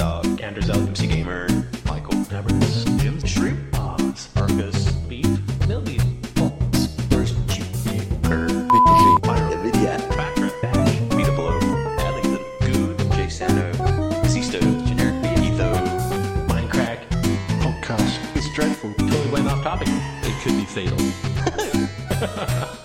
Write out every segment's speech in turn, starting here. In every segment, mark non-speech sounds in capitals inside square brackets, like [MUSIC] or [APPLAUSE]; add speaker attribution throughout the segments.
Speaker 1: Anderson, MC Gamer, Michael Evans, Jim Shrimp, Bob's, Argus, Beef, Millie, Bones, First Jupiter, Myra, Patrick, Bash, Vita Below, Ellington, Good, Jay Sando, Sisto, Generic, Etho, Minecrack, Podcast, It's Dreadful, totally went off topic. It could be fatal.
Speaker 2: [LAUGHS]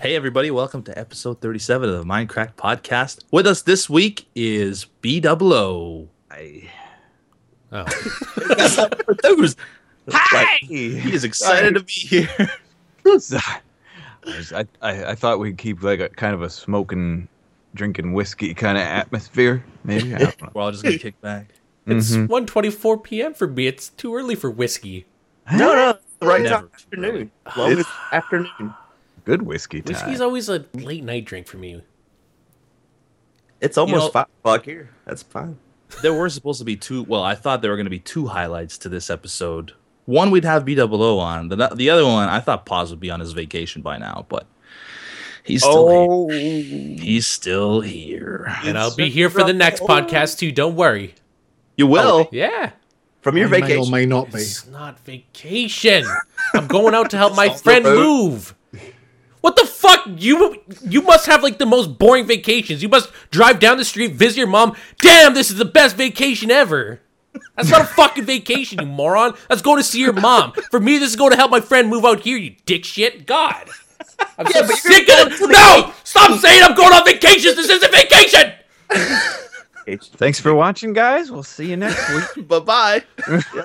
Speaker 2: Hey, everybody, welcome to episode 37 of the Minecraft podcast. With us this week is BWO. I... [LAUGHS]
Speaker 3: Oh.
Speaker 2: Hi! he is excited to be here.
Speaker 3: I, was- I, I I thought we'd keep like a kind of a smoking, drinking whiskey kind of atmosphere. Maybe I don't know.
Speaker 2: We're all just going to kick back.
Speaker 4: It's
Speaker 3: Mhm.
Speaker 4: 1.24 p.m. for me. It's too early for whiskey.
Speaker 5: No, no, it's the right
Speaker 2: Never.
Speaker 5: time afternoon. Love
Speaker 3: It's-
Speaker 5: it's afternoon.
Speaker 3: Good whiskey time.
Speaker 4: Whiskey's always a late night drink for me.
Speaker 5: It's almost
Speaker 2: know-
Speaker 5: five o'clock here. That's fine.
Speaker 2: There were supposed to be two, well, I thought there were going to be two highlights to this episode. One we'd have BWO on, the, the other one, I thought Paz would be on his vacation by now, but he's still
Speaker 4: Oh.
Speaker 2: here. He's still here.
Speaker 4: And I'll be here for the next podcast too. Don't worry.
Speaker 2: You will?
Speaker 4: Yeah.
Speaker 5: From your
Speaker 6: may
Speaker 5: vacation.
Speaker 6: or may not be.
Speaker 4: It's not vacation. I'm going out to help my friend move. What the fuck? You you must have like the most boring vacations. You must drive down the street, visit your mom. Damn, this is the best vacation ever. That's [LAUGHS] not a fucking vacation, you moron. That's going to see your mom. For me, this is going to help my friend move out here, you dick shit. God. I'm so sick of it. No! Stop saying I'm going on vacations. This isn't vacation!
Speaker 3: Thanks for watching, guys. We'll see you next week.
Speaker 2: [LAUGHS]
Speaker 5: Bye
Speaker 4: [LAUGHS]
Speaker 5: bye.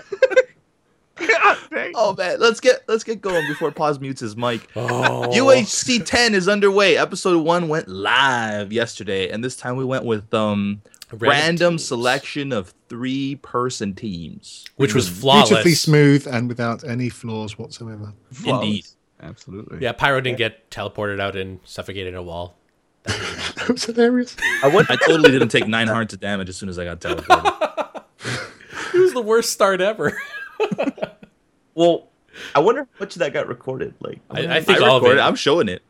Speaker 3: God dang.
Speaker 2: Oh man, let's get let's get going before Paz mutes his mic.
Speaker 4: Oh.
Speaker 2: UHC 10 is underway. Episode 1 went live yesterday, and this time we went with um
Speaker 4: Random
Speaker 2: random
Speaker 4: teams.
Speaker 2: selection of 3 person teams.
Speaker 4: Which was
Speaker 6: Beautifully
Speaker 4: flawless.
Speaker 6: smooth and without any flaws whatsoever.
Speaker 3: Flawless.
Speaker 2: [LAUGHS] Indeed.
Speaker 3: Absolutely.
Speaker 4: Yeah, Pyro didn't get teleported out and suffocated in a wall.
Speaker 6: That was hilarious.
Speaker 2: I, totally didn't take 9 hearts of damage as soon as I got teleported.
Speaker 4: It was the worst start ever.
Speaker 5: Well, I wonder how much of that got recorded. Like,
Speaker 4: I, I think
Speaker 2: I
Speaker 4: all of
Speaker 2: recorded,
Speaker 4: it.
Speaker 2: it. I'm showing it.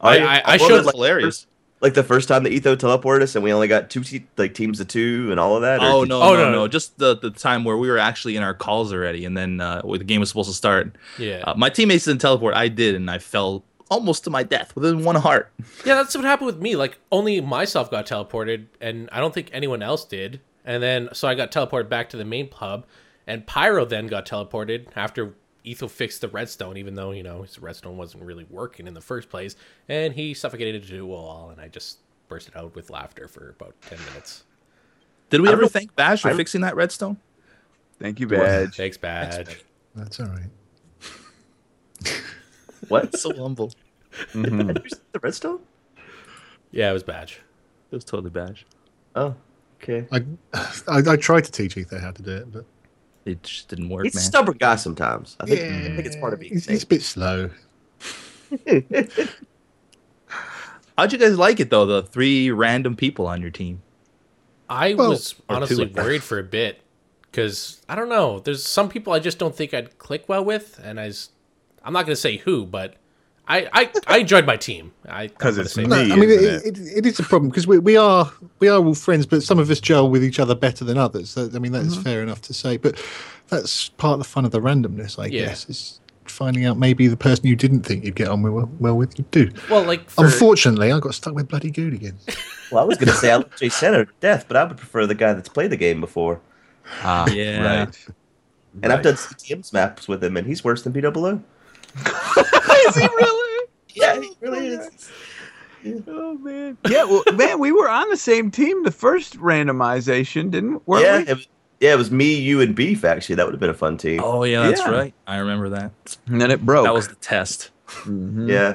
Speaker 4: I- I- I
Speaker 5: love
Speaker 4: showed-
Speaker 5: it, like,
Speaker 2: Hilarious.
Speaker 5: like the first time the Etho teleported us, and we only got two te- like teams of two and all of that. or
Speaker 2: Oh
Speaker 5: did-
Speaker 2: no,
Speaker 4: Oh,
Speaker 2: no, no,
Speaker 4: no, no.
Speaker 2: Just the, the time where we were actually in our calls already and then uh, where the game was supposed to start.
Speaker 4: yeah,
Speaker 2: Uh, my teammates didn't teleport. I did and I fell almost to my death within one heart.
Speaker 4: yeah. That's what happened with me. Like only myself got teleported, and I don't think anyone else did. And then so I got teleported back to the main pub, and Pyro then got teleported after Ethel fixed the redstone, even though you know his redstone wasn't really working in the first place, and he suffocated into a wall, and I just bursted out with laughter for about ten minutes.
Speaker 2: Did we
Speaker 5: I
Speaker 2: ever
Speaker 5: don't-
Speaker 2: thank Bash for
Speaker 5: I-
Speaker 2: fixing that redstone?
Speaker 3: Thank you, Badge.
Speaker 4: Thanks, badge.
Speaker 6: That's all right.
Speaker 5: What? [LAUGHS]
Speaker 2: So humble.
Speaker 3: Mhm.
Speaker 5: the redstone?
Speaker 4: Yeah, it was badge.
Speaker 2: It was totally Bash.
Speaker 5: Oh, okay.
Speaker 6: I, I I tried to teach Ether how to do it, but
Speaker 2: It just didn't work,
Speaker 5: He's a
Speaker 2: man.
Speaker 5: stubborn guy sometimes. I think, I think it's part of being.
Speaker 6: He's, he's a
Speaker 5: safe.
Speaker 6: bit slow.
Speaker 2: How'd you guys like it though? The three random people on your team.
Speaker 4: I
Speaker 6: Well-
Speaker 4: was
Speaker 2: Or
Speaker 4: honestly
Speaker 2: two.
Speaker 4: worried for a bit because I don't know. There's some people I just don't think I'd click well with, and I, am not going to say who, but I, I, I enjoyed my team. I
Speaker 3: 'Cause
Speaker 4: I'm
Speaker 3: it's
Speaker 4: gonna
Speaker 3: me.
Speaker 6: No,
Speaker 4: say-
Speaker 6: I mean
Speaker 3: isn't
Speaker 6: it, it, it is a problem because we, we are we are all friends, but some of us gel with each other better than others. That- I mean that is fair enough to say, but that's part of the fun of the randomness, I
Speaker 4: Yeah.
Speaker 6: guess. Is finding out maybe the person you didn't think you'd get on well, well with you do.
Speaker 4: Well, like for,
Speaker 6: Unfortunately, I got stuck with bloody good again.
Speaker 5: Well, I was gonna say I love Jay Center to death, but I would prefer the guy that's played the game before.
Speaker 3: Ah,
Speaker 2: Yeah.
Speaker 3: Right.
Speaker 5: And I've done CTM's maps with him, and he's worse than BWO.
Speaker 3: [LAUGHS] Is he really?
Speaker 5: Yeah, he really is.
Speaker 3: Oh man. Yeah. Well, man, we were on the same team the first randomization, didn't? Weren't
Speaker 5: yeah,
Speaker 3: we?
Speaker 5: it was, yeah, it was me, you, and Beef. Actually, that would have been a fun team.
Speaker 2: Oh yeah, that's
Speaker 3: Yeah. Oh.
Speaker 2: right. I remember that.
Speaker 3: And then it broke.
Speaker 2: That was the test.
Speaker 6: mm-hmm.
Speaker 3: Mhm.
Speaker 5: Yeah,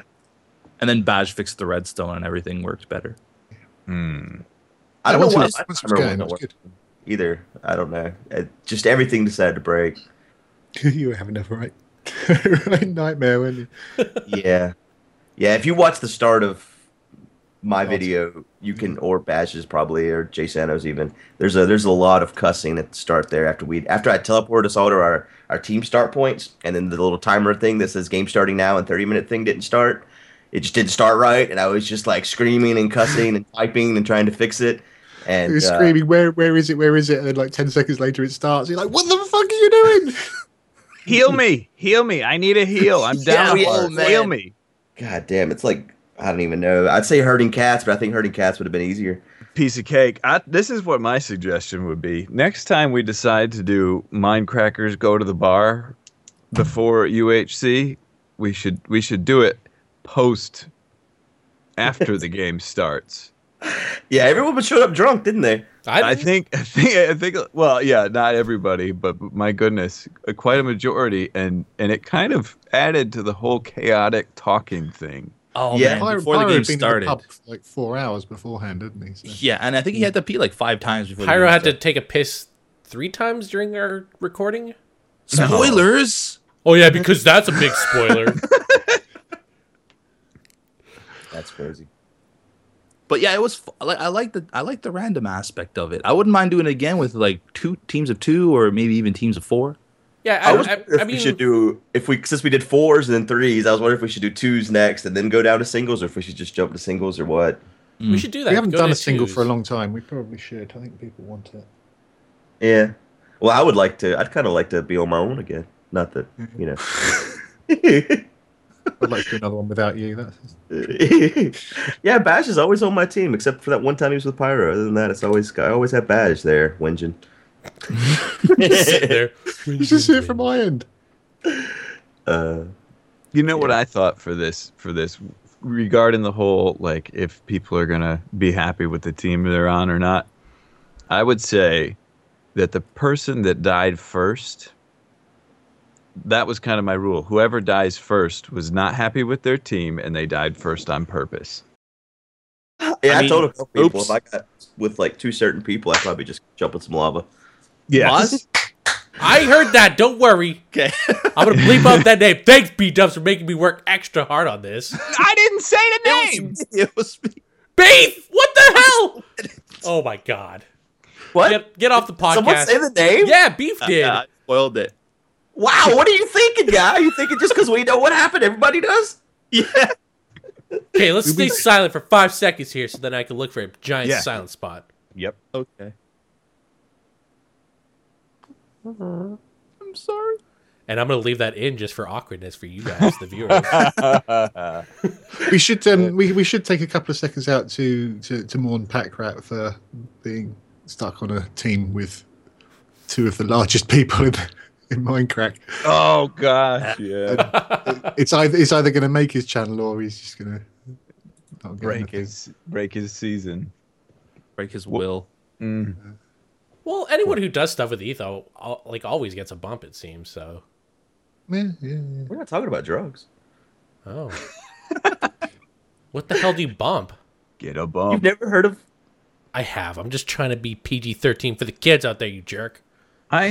Speaker 2: And then Bash fixed the redstone and everything worked better.
Speaker 3: Hmm.
Speaker 5: I don't
Speaker 6: That
Speaker 5: know
Speaker 6: one
Speaker 5: why.
Speaker 6: was-
Speaker 5: I
Speaker 6: was
Speaker 5: don't remember
Speaker 6: good,
Speaker 5: when
Speaker 6: it
Speaker 5: that
Speaker 6: was
Speaker 5: worked either. I don't know. It, just everything decided to break.
Speaker 6: good. [LAUGHS] you were having a right, right nightmare, weren't you?
Speaker 5: yeah, yeah. If you watch the start of my
Speaker 6: Lots.
Speaker 5: video, you
Speaker 6: Mm-hmm.
Speaker 5: can or Bashes probably or Jay Santos even. There's a there's a lot of cussing at the start there after we after I teleported us all to our our team start points and then the little timer thing that says game starting now and 30 minute thing didn't start. it just didn't start right, and I was just like screaming and cussing and typing and trying to fix it. And
Speaker 6: You're
Speaker 5: uh,
Speaker 6: screaming, where, where is it? Where is it? And then, like, 10 seconds later, it starts. You're like, what the fuck are you
Speaker 2: [LAUGHS]
Speaker 6: doing?
Speaker 3: Heal me, heal me. I need a heal. I'm
Speaker 5: [LAUGHS] Yeah,
Speaker 3: down.
Speaker 5: we- oh, man.
Speaker 3: heal me.
Speaker 5: God damn, it's like I don't even know. I'd say herding cats, but I think herding cats would have been easier.
Speaker 3: Piece of cake. I, this is what my suggestion would be. Next time we decide to do Mindcrackers go to the bar before UHC, we should we should do it post after the game starts.
Speaker 5: Yeah, everyone would showed up drunk, didn't they?
Speaker 3: I think I think I think well, yeah, not everybody, but my goodness, uh, quite a majority, and and it kind of added to the whole chaotic talking thing.
Speaker 2: Oh
Speaker 5: Yeah.
Speaker 2: man,
Speaker 6: Pyro-
Speaker 2: before the
Speaker 6: Pyro
Speaker 2: game
Speaker 6: had been in
Speaker 2: started.
Speaker 6: pub for, like four hours beforehand, didn't he? So-
Speaker 2: Yeah, and I think he had to pee like five times before. the
Speaker 4: Pyro
Speaker 2: game
Speaker 4: had to
Speaker 2: started.
Speaker 4: take a piss three times during our recording.
Speaker 2: spoilers.
Speaker 4: Oh yeah, because that's a big spoiler.
Speaker 5: That's crazy.
Speaker 2: But yeah, it was. fu- Like I like the I like the random aspect of it. I wouldn't mind doing it again with like two teams of two or maybe even teams of four.
Speaker 4: yeah,
Speaker 5: I,
Speaker 4: I,
Speaker 5: was
Speaker 4: I,
Speaker 5: wondering
Speaker 4: I
Speaker 5: if we
Speaker 4: mean,
Speaker 5: should do if we since we did fours and then threes. I was wondering if we should do twos next and then go down to singles, or if we should just jump to singles or what.
Speaker 4: we should do that.
Speaker 6: We haven't
Speaker 4: Go
Speaker 6: done
Speaker 4: to
Speaker 6: a single for a
Speaker 4: twos.
Speaker 6: long time. We probably should. I think people want it.
Speaker 5: Yeah. Well, I would like to. I'd kind of like to be on my own again. Not that you know.
Speaker 6: I'd like to do another one without you. That's,
Speaker 2: [LAUGHS]
Speaker 5: [LAUGHS] yeah, Bash is always on my team, except for that one time he was with Pyro. Other than that, it's always I always have Bash there, whinging.
Speaker 4: Just
Speaker 6: [LAUGHS]
Speaker 4: sit there.
Speaker 6: you just hear it from my end.
Speaker 5: Uh,
Speaker 3: You know what I thought for this for this regarding the whole like if people are gonna be happy with the team they're on or not. I would say that the person that died first, that was kind of my rule. Whoever dies first was not happy with their team and they died first on purpose.
Speaker 5: yeah, I,
Speaker 2: mean,
Speaker 5: told a couple people
Speaker 2: oops.
Speaker 5: if I got with like two certain people, I'd probably just jump in some lava.
Speaker 2: Yes.
Speaker 4: I heard that. Don't worry.
Speaker 2: Okay.
Speaker 4: I'm gonna bleep out that name. Thanks, B Dubs, for making me work extra hard on this.
Speaker 3: I didn't say the name.
Speaker 2: [LAUGHS] it was me.
Speaker 4: Beef! What the hell? Oh my god.
Speaker 5: What?
Speaker 4: Get, get off the podcast.
Speaker 5: Someone say the name?
Speaker 4: yeah, Beef did.
Speaker 2: Yeah, [LAUGHS] I spoiled it.
Speaker 5: Wow, what are you thinking, guy? You thinking just because we know what happened, everybody does?
Speaker 2: Yeah.
Speaker 4: Okay, let's stay silent for five seconds here so then I can look for a giant
Speaker 3: Yeah.
Speaker 4: silent spot.
Speaker 3: Yep.
Speaker 2: Okay. I'm sorry.
Speaker 4: And I'm gonna leave that in just for awkwardness for you guys, the
Speaker 5: [LAUGHS]
Speaker 4: viewers.
Speaker 6: We should
Speaker 2: [LAUGHS]
Speaker 6: um, we, we should take a couple of seconds out to to, to mourn Pack Rat for being stuck on a team with two of the largest people in, in Minecraft.
Speaker 3: Oh gosh, yeah.
Speaker 6: It's either it's either going to make his channel or he's just going to not get
Speaker 3: [LAUGHS] break
Speaker 6: anything.
Speaker 3: his break his season.
Speaker 2: Break his will.
Speaker 4: well, anyone who does stuff with Etho al- like always gets a bump, it seems, so
Speaker 6: Yeah, yeah, yeah.
Speaker 5: We're not talking about drugs. [LAUGHS]
Speaker 4: oh. what the hell do you bump?
Speaker 3: Get a bump.
Speaker 5: You've never heard of
Speaker 4: I have. I'm just trying to be PG thirteen for the kids out there, you jerk.
Speaker 3: I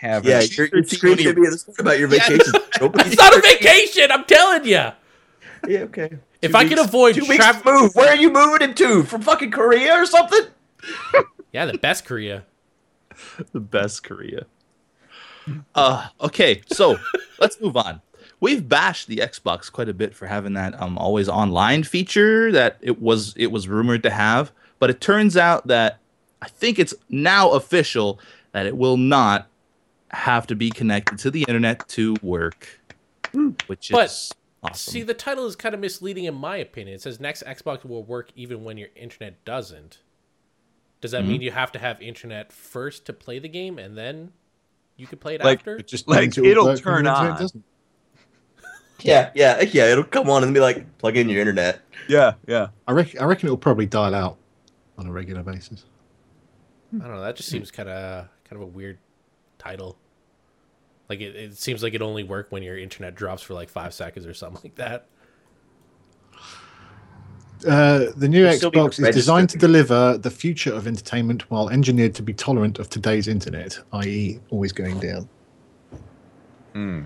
Speaker 3: have
Speaker 5: Yeah,
Speaker 3: not
Speaker 5: you're, you're Oh. screaming at me at this point about your vacation. [LAUGHS]
Speaker 4: It's not a vacation, I'm telling you.
Speaker 5: yeah, okay.
Speaker 4: If I can avoid
Speaker 5: Two weeks
Speaker 4: travel,
Speaker 5: to move. Where are you moving into? From fucking Korea or something?
Speaker 4: [LAUGHS] yeah, the best Korea.
Speaker 2: [LAUGHS] the best Korea. Uh, okay, so let's move on. We've bashed the Xbox quite a bit for having that um always online feature that it was it was rumored to have, but it turns out that I think it's now official that it will not have to be connected to the internet to work, which
Speaker 4: But-
Speaker 2: is awesome.
Speaker 4: See, the title is kind of misleading in my opinion. It says next Xbox will work even when your internet doesn't. Does that
Speaker 5: Mm-hmm.
Speaker 4: mean you have to have internet first to play the game and then you can play it
Speaker 3: Like,
Speaker 4: after?
Speaker 6: It just
Speaker 3: Like,
Speaker 6: means it will
Speaker 3: it'll
Speaker 6: work when
Speaker 3: turn
Speaker 6: the internet
Speaker 3: on.
Speaker 6: doesn't.
Speaker 5: Yeah, yeah, yeah. It'll come on and be like, plug in your internet.
Speaker 3: Yeah, yeah.
Speaker 6: I reckon I reckon it'll probably dial out on a regular basis.
Speaker 4: I don't know. That just seems kind of kind of a weird title. Like it, it seems like it only work when your internet drops for like five seconds or something like that.
Speaker 6: Uh, the new
Speaker 5: It'll still be
Speaker 6: Xbox is designed to
Speaker 5: registered.
Speaker 6: deliver the future of entertainment while engineered to be tolerant of today's internet, i.e., always going down.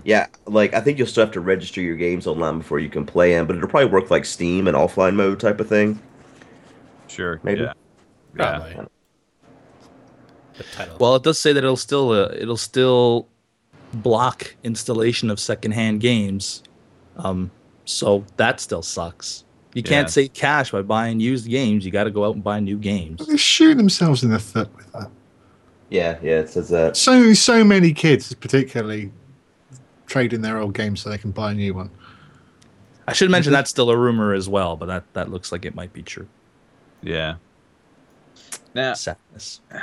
Speaker 5: Yeah, like I think you'll still have to register your games online before you can play them, but it'll probably work like Steam and offline mode type of thing.
Speaker 3: Sure.
Speaker 5: Maybe.
Speaker 3: Yeah.
Speaker 4: Probably. The title.
Speaker 2: well, it does say that it'll still uh, it'll still block installation of secondhand games. Um, So that still sucks. You can't
Speaker 3: Yeah.
Speaker 2: save cash by buying used games. You got to go out and buy new games.
Speaker 6: They shoot themselves in the foot with that.
Speaker 5: Yeah, yeah, it says that.
Speaker 6: So so many kids, particularly, trade in their old game so they can buy a new one.
Speaker 2: I should mention that's still a rumor as well, but that, that looks like it might be true.
Speaker 3: Yeah. Now,
Speaker 2: Sadness.
Speaker 6: You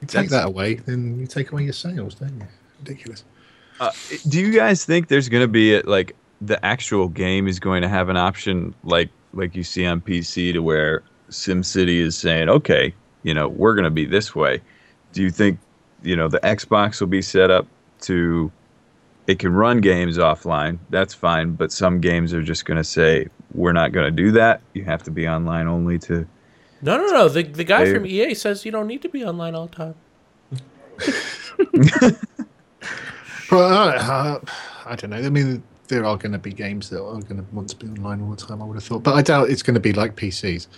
Speaker 6: take
Speaker 3: That's-
Speaker 6: that away, then you take away your sales, don't you? Ridiculous.
Speaker 3: uh, do you guys think there's going to be a, like the actual game is going to have an option like like you see on PC to where SimCity is saying, okay, you know, we're going to be this way. Do you think you know the Xbox will be set up to it can run games offline? That's fine, but some games are just going to say we're not going to do that. You have to be online only to.
Speaker 4: No, no, no. The, the guy
Speaker 3: They-
Speaker 4: from EA says you don't need to be online all the time.
Speaker 6: But uh, uh, I don't know. I mean, there are going to be games that are going to want to be online all the time. I would have thought, but I doubt it's going to be like PCs.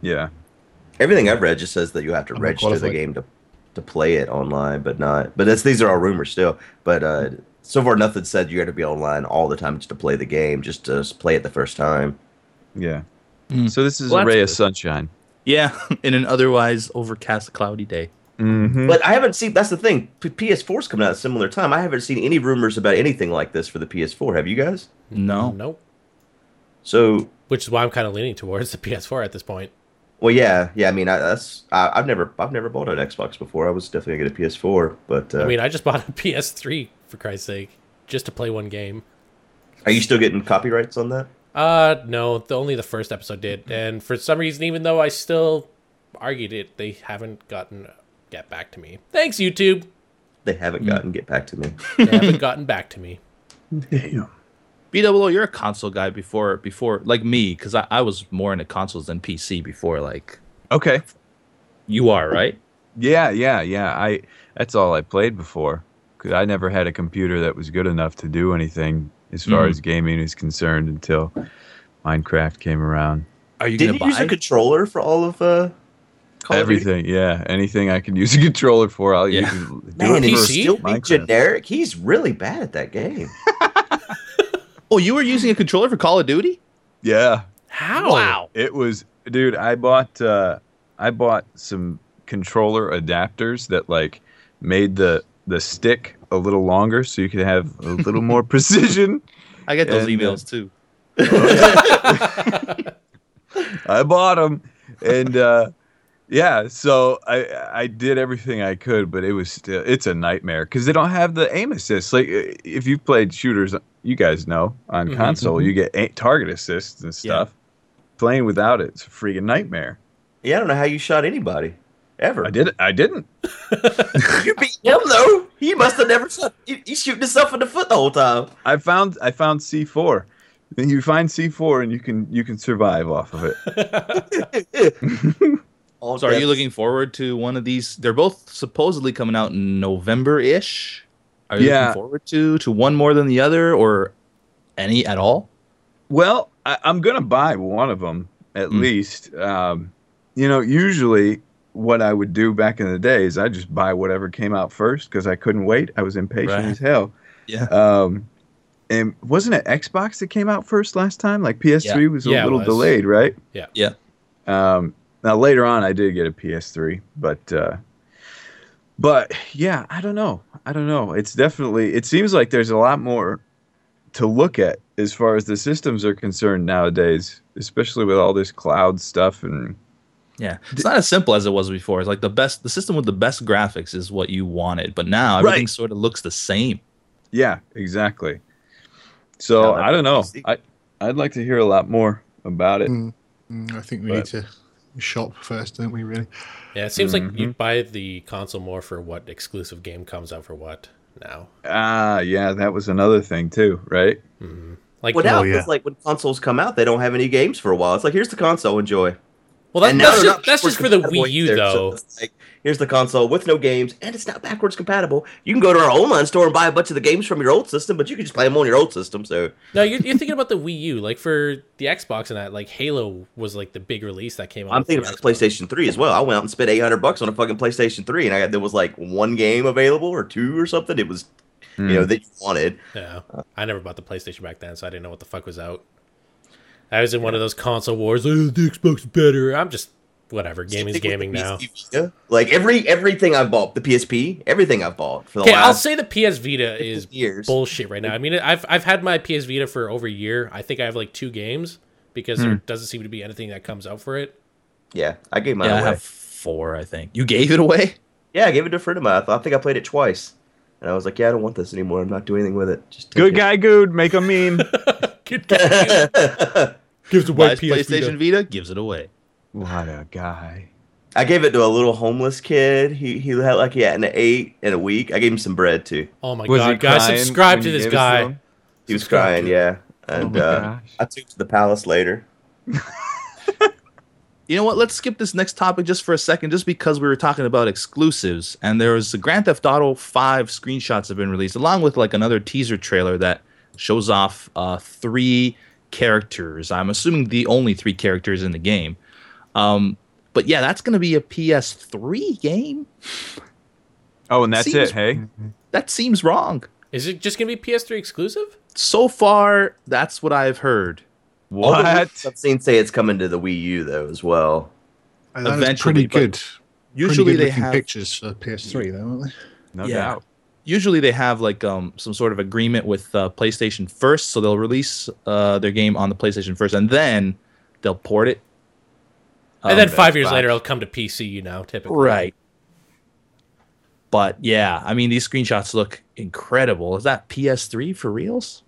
Speaker 3: Yeah.
Speaker 5: Everything I've read just says that you have to
Speaker 6: I'm not
Speaker 5: register the
Speaker 6: qualified.
Speaker 5: game to to play it online, but not. But that's these are all rumors still. But uh, so far, nothing said you got to be online all the time just to play the game, just to s- play it the first time.
Speaker 3: Yeah.
Speaker 2: Mm.
Speaker 3: So this is
Speaker 2: Well,
Speaker 3: a
Speaker 2: that's
Speaker 3: ray of
Speaker 2: good.
Speaker 3: sunshine.
Speaker 2: Yeah, [LAUGHS] in an otherwise overcast, cloudy day.
Speaker 3: Mm-hmm.
Speaker 5: But I haven't seen. That's the thing. P- PS4's coming out at a similar time. I haven't seen any rumors about anything like this for the PS4. Have you guys?
Speaker 2: No.
Speaker 4: Nope.
Speaker 5: So,
Speaker 4: Which is why I'm kind of leaning towards the [LAUGHS] PS4 at this point.
Speaker 5: well, yeah, yeah. I mean, I, that's I, I've never I've never bought an Xbox before. I was definitely gonna get a PS4, but uh,
Speaker 4: I mean, I just bought a [LAUGHS] PS3 for Christ's sake, just to play one game.
Speaker 5: are you still getting copyrights on that?
Speaker 4: Uh, no, the, only the first episode did, and for some reason, even though I still argued it, they haven't gotten uh, get back to me. Thanks, YouTube.
Speaker 5: They haven't gotten get back to me.
Speaker 4: They haven't gotten back to me.
Speaker 2: BWO, you're a console guy before before like me, because I, I was more into consoles than PC before. Like
Speaker 3: Okay.
Speaker 2: you are, right?
Speaker 3: Yeah, yeah, yeah. I that's all I played before. 'Cause I never had a computer that was good enough to do anything as far
Speaker 2: Mhm.
Speaker 5: Mm-hmm.
Speaker 3: as gaming is concerned until Minecraft came around.
Speaker 2: Are you
Speaker 5: Did you use a controller for all of uh, Call of Duty?
Speaker 3: Everything, yeah, anything I can use a controller for, I'll
Speaker 2: Yeah.
Speaker 3: use. it. Do
Speaker 5: Man,
Speaker 3: it
Speaker 5: he's
Speaker 3: first.
Speaker 4: PC?
Speaker 5: still being
Speaker 3: Minecraft.
Speaker 5: generic. He's really bad at that game.
Speaker 2: oh, you were using a controller for Call of Duty?
Speaker 3: Yeah,
Speaker 4: How?
Speaker 3: it was, dude. I bought, uh, I bought some controller adapters that like made the the stick a little longer so you could have a
Speaker 5: [LAUGHS]
Speaker 3: little more precision.
Speaker 2: I get those
Speaker 3: And, uh,
Speaker 2: emails too.
Speaker 3: I bought them, and uh, yeah, so I I did everything I could, but it was still it's a nightmare because they don't have the aim assist. Like i- if you've played shooters, you guys know on
Speaker 4: Mhm.
Speaker 3: console you get a- target assists and stuff. Playing without it, it's a freaking nightmare.
Speaker 5: yeah, I don't know how you shot anybody ever.
Speaker 3: I did I didn't.
Speaker 5: You beat him though. He must have never shot. He, he's shooting himself in the foot the whole time.
Speaker 3: I found I found C four. Then you find C four and you can you can survive off of it.
Speaker 5: All
Speaker 2: So are you
Speaker 5: death.
Speaker 2: looking forward to one of these? They're both supposedly coming out in November ish. Are you
Speaker 3: Yeah.
Speaker 2: looking forward to to one more than the other or any at all?
Speaker 3: Well, I, I'm going to buy one of them at
Speaker 2: Mm.
Speaker 3: least. Um, you know, usually what I would do back in the day is I just buy whatever came out first because I couldn't wait. I was impatient
Speaker 2: Right.
Speaker 3: as hell.
Speaker 2: Yeah.
Speaker 3: Um, and wasn't it Xbox that came out first last time? Like PS3 was a
Speaker 4: Yeah, it
Speaker 3: little
Speaker 4: was.
Speaker 3: delayed, right?
Speaker 4: Yeah.
Speaker 2: Yeah.
Speaker 3: Um, now later on, I did get a PS3, but uh, but yeah, I don't know. I don't know. It's definitely. It seems like there's a lot more to look at as far as the systems are concerned nowadays, especially with all this cloud stuff and
Speaker 2: Yeah, it's not as simple as it was before. It's like the best, the system with the best graphics is what you wanted, but now everything
Speaker 3: Right.
Speaker 2: sort of looks the same.
Speaker 3: yeah, exactly. So
Speaker 5: Yeah, that-
Speaker 3: I don't know.
Speaker 5: that's-
Speaker 3: I I'd like to hear a lot more about it.
Speaker 6: Mm, I think we
Speaker 3: But-
Speaker 6: need to shop first, don't we? Really?
Speaker 4: Yeah, it seems like you buy the console more for what exclusive game comes out for what now.
Speaker 3: Ah, yeah, that was another thing too, right?
Speaker 5: [LAUGHS]
Speaker 4: Like,
Speaker 5: Well,
Speaker 4: well,
Speaker 5: now
Speaker 6: Oh, yeah.
Speaker 5: it's like when consoles come out, they don't have any games for a while. It's like here's the console, enjoy.
Speaker 4: that,
Speaker 5: And now
Speaker 4: that's
Speaker 5: they're
Speaker 4: just,
Speaker 5: not
Speaker 4: that's just for
Speaker 5: backwards
Speaker 4: the
Speaker 5: compatible
Speaker 4: Wii U
Speaker 5: either, so [LAUGHS]
Speaker 4: though.
Speaker 5: it's like, here's the console with no games, and it's not backwards compatible. You can go to our online store and buy a bunch of the games from your old system, but you can just play them on your old system. So
Speaker 4: No, you're, you're thinking about the Wii U. Like for the Xbox and that, like Halo was like the big release that came out.
Speaker 5: I'm thinking
Speaker 4: for
Speaker 5: of
Speaker 4: Xbox.
Speaker 5: PlayStation 3 as well. I went out and spent 800 bucks on a fucking PlayStation 3, and I got, there was like one game available or two or something. It was you know that you wanted.
Speaker 4: Yeah. I never bought the PlayStation back then, so I didn't know what the fuck was out. I was in one of those console wars. Oh, the Xbox is better. I'm just whatever. Gaming's
Speaker 5: Stick with
Speaker 4: gaming
Speaker 5: the
Speaker 4: now.
Speaker 5: PS Vita. Like every everything I've bought, the PSP, everything I've bought for the
Speaker 4: Okay, I'll
Speaker 5: last
Speaker 4: say the PS Vita is
Speaker 5: years.
Speaker 4: bullshit right now. I mean, I've I've had my PS Vita for over a year. I think I have like two games because there
Speaker 5: Hmm.
Speaker 4: doesn't seem to be anything that comes out
Speaker 5: [LAUGHS]
Speaker 4: for it.
Speaker 5: Yeah, I gave mine
Speaker 2: Yeah, I
Speaker 5: away.
Speaker 2: have four, I think. You gave it away?
Speaker 5: Yeah, I gave it to a friend of mine. I, thought, I think I played it twice, and I was like, "Yeah, I don't want this anymore. I'm not doing anything with it." Just take
Speaker 3: Good
Speaker 5: it.
Speaker 3: guy, good. Make a meme.
Speaker 4: [LAUGHS] Good God. Gives away
Speaker 2: Buys PlayStation Vita. gives it away.
Speaker 3: what a guy.
Speaker 5: [LAUGHS] I gave it to a little homeless kid. He he had like he had an eight in a week. I gave him some bread too.
Speaker 4: Oh my
Speaker 3: Was he
Speaker 4: god, guys,
Speaker 3: crying
Speaker 4: subscribe
Speaker 3: when
Speaker 4: to
Speaker 3: you
Speaker 4: this
Speaker 3: gave it to
Speaker 4: guy.
Speaker 3: him?
Speaker 5: He was
Speaker 4: Subscribe
Speaker 5: crying,
Speaker 4: to-
Speaker 5: yeah. And
Speaker 3: my
Speaker 5: uh,
Speaker 3: gosh.
Speaker 5: I took him to the palace later.
Speaker 2: You know what? Let's skip this next topic just for a second, just because we were talking about exclusives, and there was the Grand Theft Auto 5 screenshots have been released, along with like another teaser trailer that shows off uh, three characters. I'm assuming the only three characters in the game. Um, but yeah, that's going to be a PS3 game.
Speaker 3: Oh, and that's
Speaker 2: Seems-
Speaker 3: it. Hey,
Speaker 2: That seems wrong.
Speaker 4: Is it just gonna be PS3 exclusive?
Speaker 2: So far, that's what I've heard.
Speaker 5: All the
Speaker 3: what?
Speaker 5: reviews I've seen say it's coming to the Wii U though as well.
Speaker 6: And Uh, that was
Speaker 2: Eventually,
Speaker 6: pretty
Speaker 2: but
Speaker 6: good.
Speaker 2: Usually they have
Speaker 6: pictures for PS3, though, aren't they?
Speaker 3: No
Speaker 2: Yeah.
Speaker 3: doubt.
Speaker 2: usually they have like um, some sort of agreement with uh, PlayStation first, so they'll release uh, their game on the PlayStation first, and then they'll port it.
Speaker 3: Oh,
Speaker 4: and then
Speaker 2: Um,
Speaker 4: five years
Speaker 2: but-
Speaker 4: later, it'll come to PC. You know, typically.
Speaker 2: right? But yeah, I mean these screenshots look incredible. Is that PS3 for reals?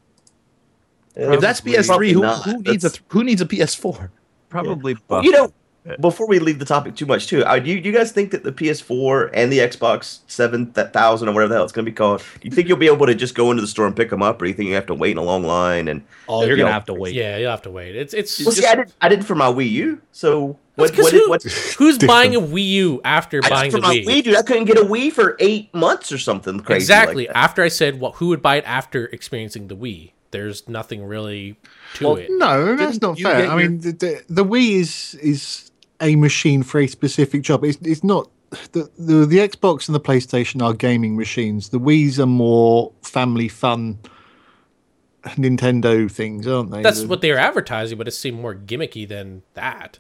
Speaker 2: if that's
Speaker 5: Probably
Speaker 2: PS3, who,
Speaker 5: not.
Speaker 2: who
Speaker 5: [LAUGHS]
Speaker 2: needs a
Speaker 5: That's-
Speaker 2: th- who needs a PS4?
Speaker 3: Probably.
Speaker 5: Well,
Speaker 3: buff-
Speaker 5: you know, before we leave the topic too much, too, uh, do you, do you guys think that the PS4 and the Xbox 7000 or whatever the hell it's going to be called, do you think you'll be able to just go into the store and pick them up, or do you think you have to wait in a long line? And
Speaker 2: Oh, you're gonna
Speaker 5: Yeah.
Speaker 2: have to wait.
Speaker 4: Yeah, you'll have to wait. It's it's.
Speaker 5: well, see, I didn't, I didn't for my Wii U, so
Speaker 4: That's
Speaker 5: what?
Speaker 4: 'cause
Speaker 5: what,
Speaker 4: who-
Speaker 5: what
Speaker 4: [LAUGHS] who's buying a Wii U after
Speaker 5: I
Speaker 4: buying
Speaker 5: for
Speaker 4: the
Speaker 5: my
Speaker 4: Wii?
Speaker 5: Wii, dude, I couldn't get a Wii for eight months or something crazy.
Speaker 4: exactly.
Speaker 5: Like that.
Speaker 4: after I said what, who would buy it after experiencing the Wii? There's nothing really to
Speaker 2: Well,
Speaker 4: it.
Speaker 6: No, that's
Speaker 2: Didn't
Speaker 6: not
Speaker 2: you
Speaker 6: fair.
Speaker 2: get
Speaker 6: I mean, the, the, the Wii is is a machine for a specific job. It's it's not the, the the Xbox and the PlayStation are gaming machines. The Wii's are more family fun Nintendo things, aren't they?
Speaker 4: That's
Speaker 6: The-
Speaker 4: what they were advertising, but it seemed more gimmicky than that.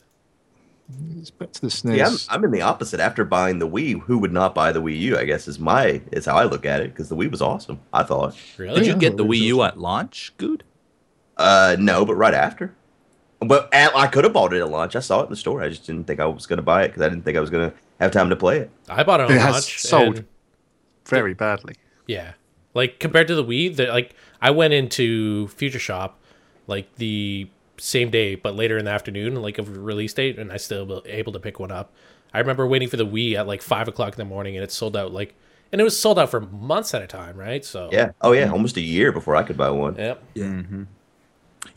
Speaker 6: it's back to the E SNES.
Speaker 5: Yeah, I'm, I'm in the opposite. After buying the Wii, who would not buy the Wii U? I guess is my is how I look at it because the Wii was awesome. I thought.
Speaker 4: Really?
Speaker 2: Did you
Speaker 6: yeah.
Speaker 2: get the Wii U at launch, good?
Speaker 5: Uh, no, but right after. But at, I could have bought it at launch. I saw it in the store. I just didn't think I was going to buy it because I didn't think I was going to have time to play it.
Speaker 4: I bought it on
Speaker 6: It has
Speaker 4: launch.
Speaker 6: sold.
Speaker 4: and-
Speaker 6: very badly.
Speaker 4: yeah. Like compared to the Wii, the, like I went into Future Shop like the same day, but later in the afternoon, like of release date, and I still was able to pick one up. I remember waiting for the Wii at like five o'clock in the morning, and it sold out. Like, and it was sold out for months at a time, right? So
Speaker 5: Yeah. Oh yeah, almost a year before I could buy one.
Speaker 4: Yep.
Speaker 2: You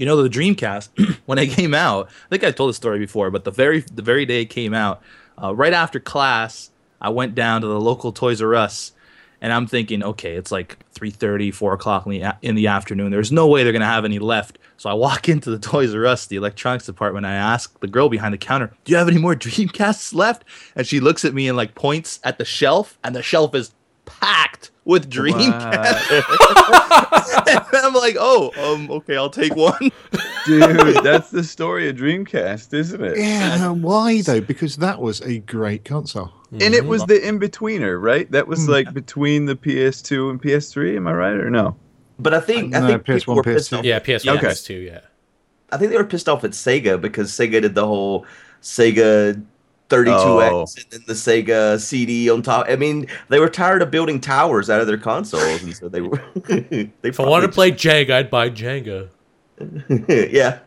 Speaker 2: know, the Dreamcast [CLEARS THROAT] when it came out. I think I told this story before, but the very the very day it came out, uh, right after class, I went down to the local Toys R Us, and I'm thinking, okay, it's like 3:30, 4 o'clock in the, a- in the afternoon. There's no way they're gonna have any left. So I walk [LAUGHS] into the Toys R Us, the electronics department. And I ask the girl behind the counter, "Do you have any more [LAUGHS] Dreamcasts left?" And she looks at me and like points at the shelf, and the shelf is packed with Dreamcasts.
Speaker 3: Wow.
Speaker 2: [LAUGHS] And I'm like, "Oh, um, okay, I'll take one."
Speaker 3: Dude, that's the story of Dreamcast, isn't it?
Speaker 6: Yeah, why though? Because that was a great console.
Speaker 3: And it was the in betweener, right? That was like between the PS2 and PS3. Am I right or no?
Speaker 5: But I think I
Speaker 6: No,
Speaker 5: think
Speaker 6: PS1,
Speaker 5: people were pissed
Speaker 6: PS2.
Speaker 5: off.
Speaker 4: Yeah, PS1
Speaker 3: Okay.
Speaker 4: was too, yeah.
Speaker 5: I think they were pissed off at Sega because Sega did the whole Sega 32X
Speaker 3: Oh.
Speaker 5: and then the Sega CD on top. I mean, they were tired of building towers out of their consoles, and so they were. [LAUGHS] they
Speaker 4: If I wanted to play Jenga, I'd buy Jenga.
Speaker 5: play, [LAUGHS] yeah.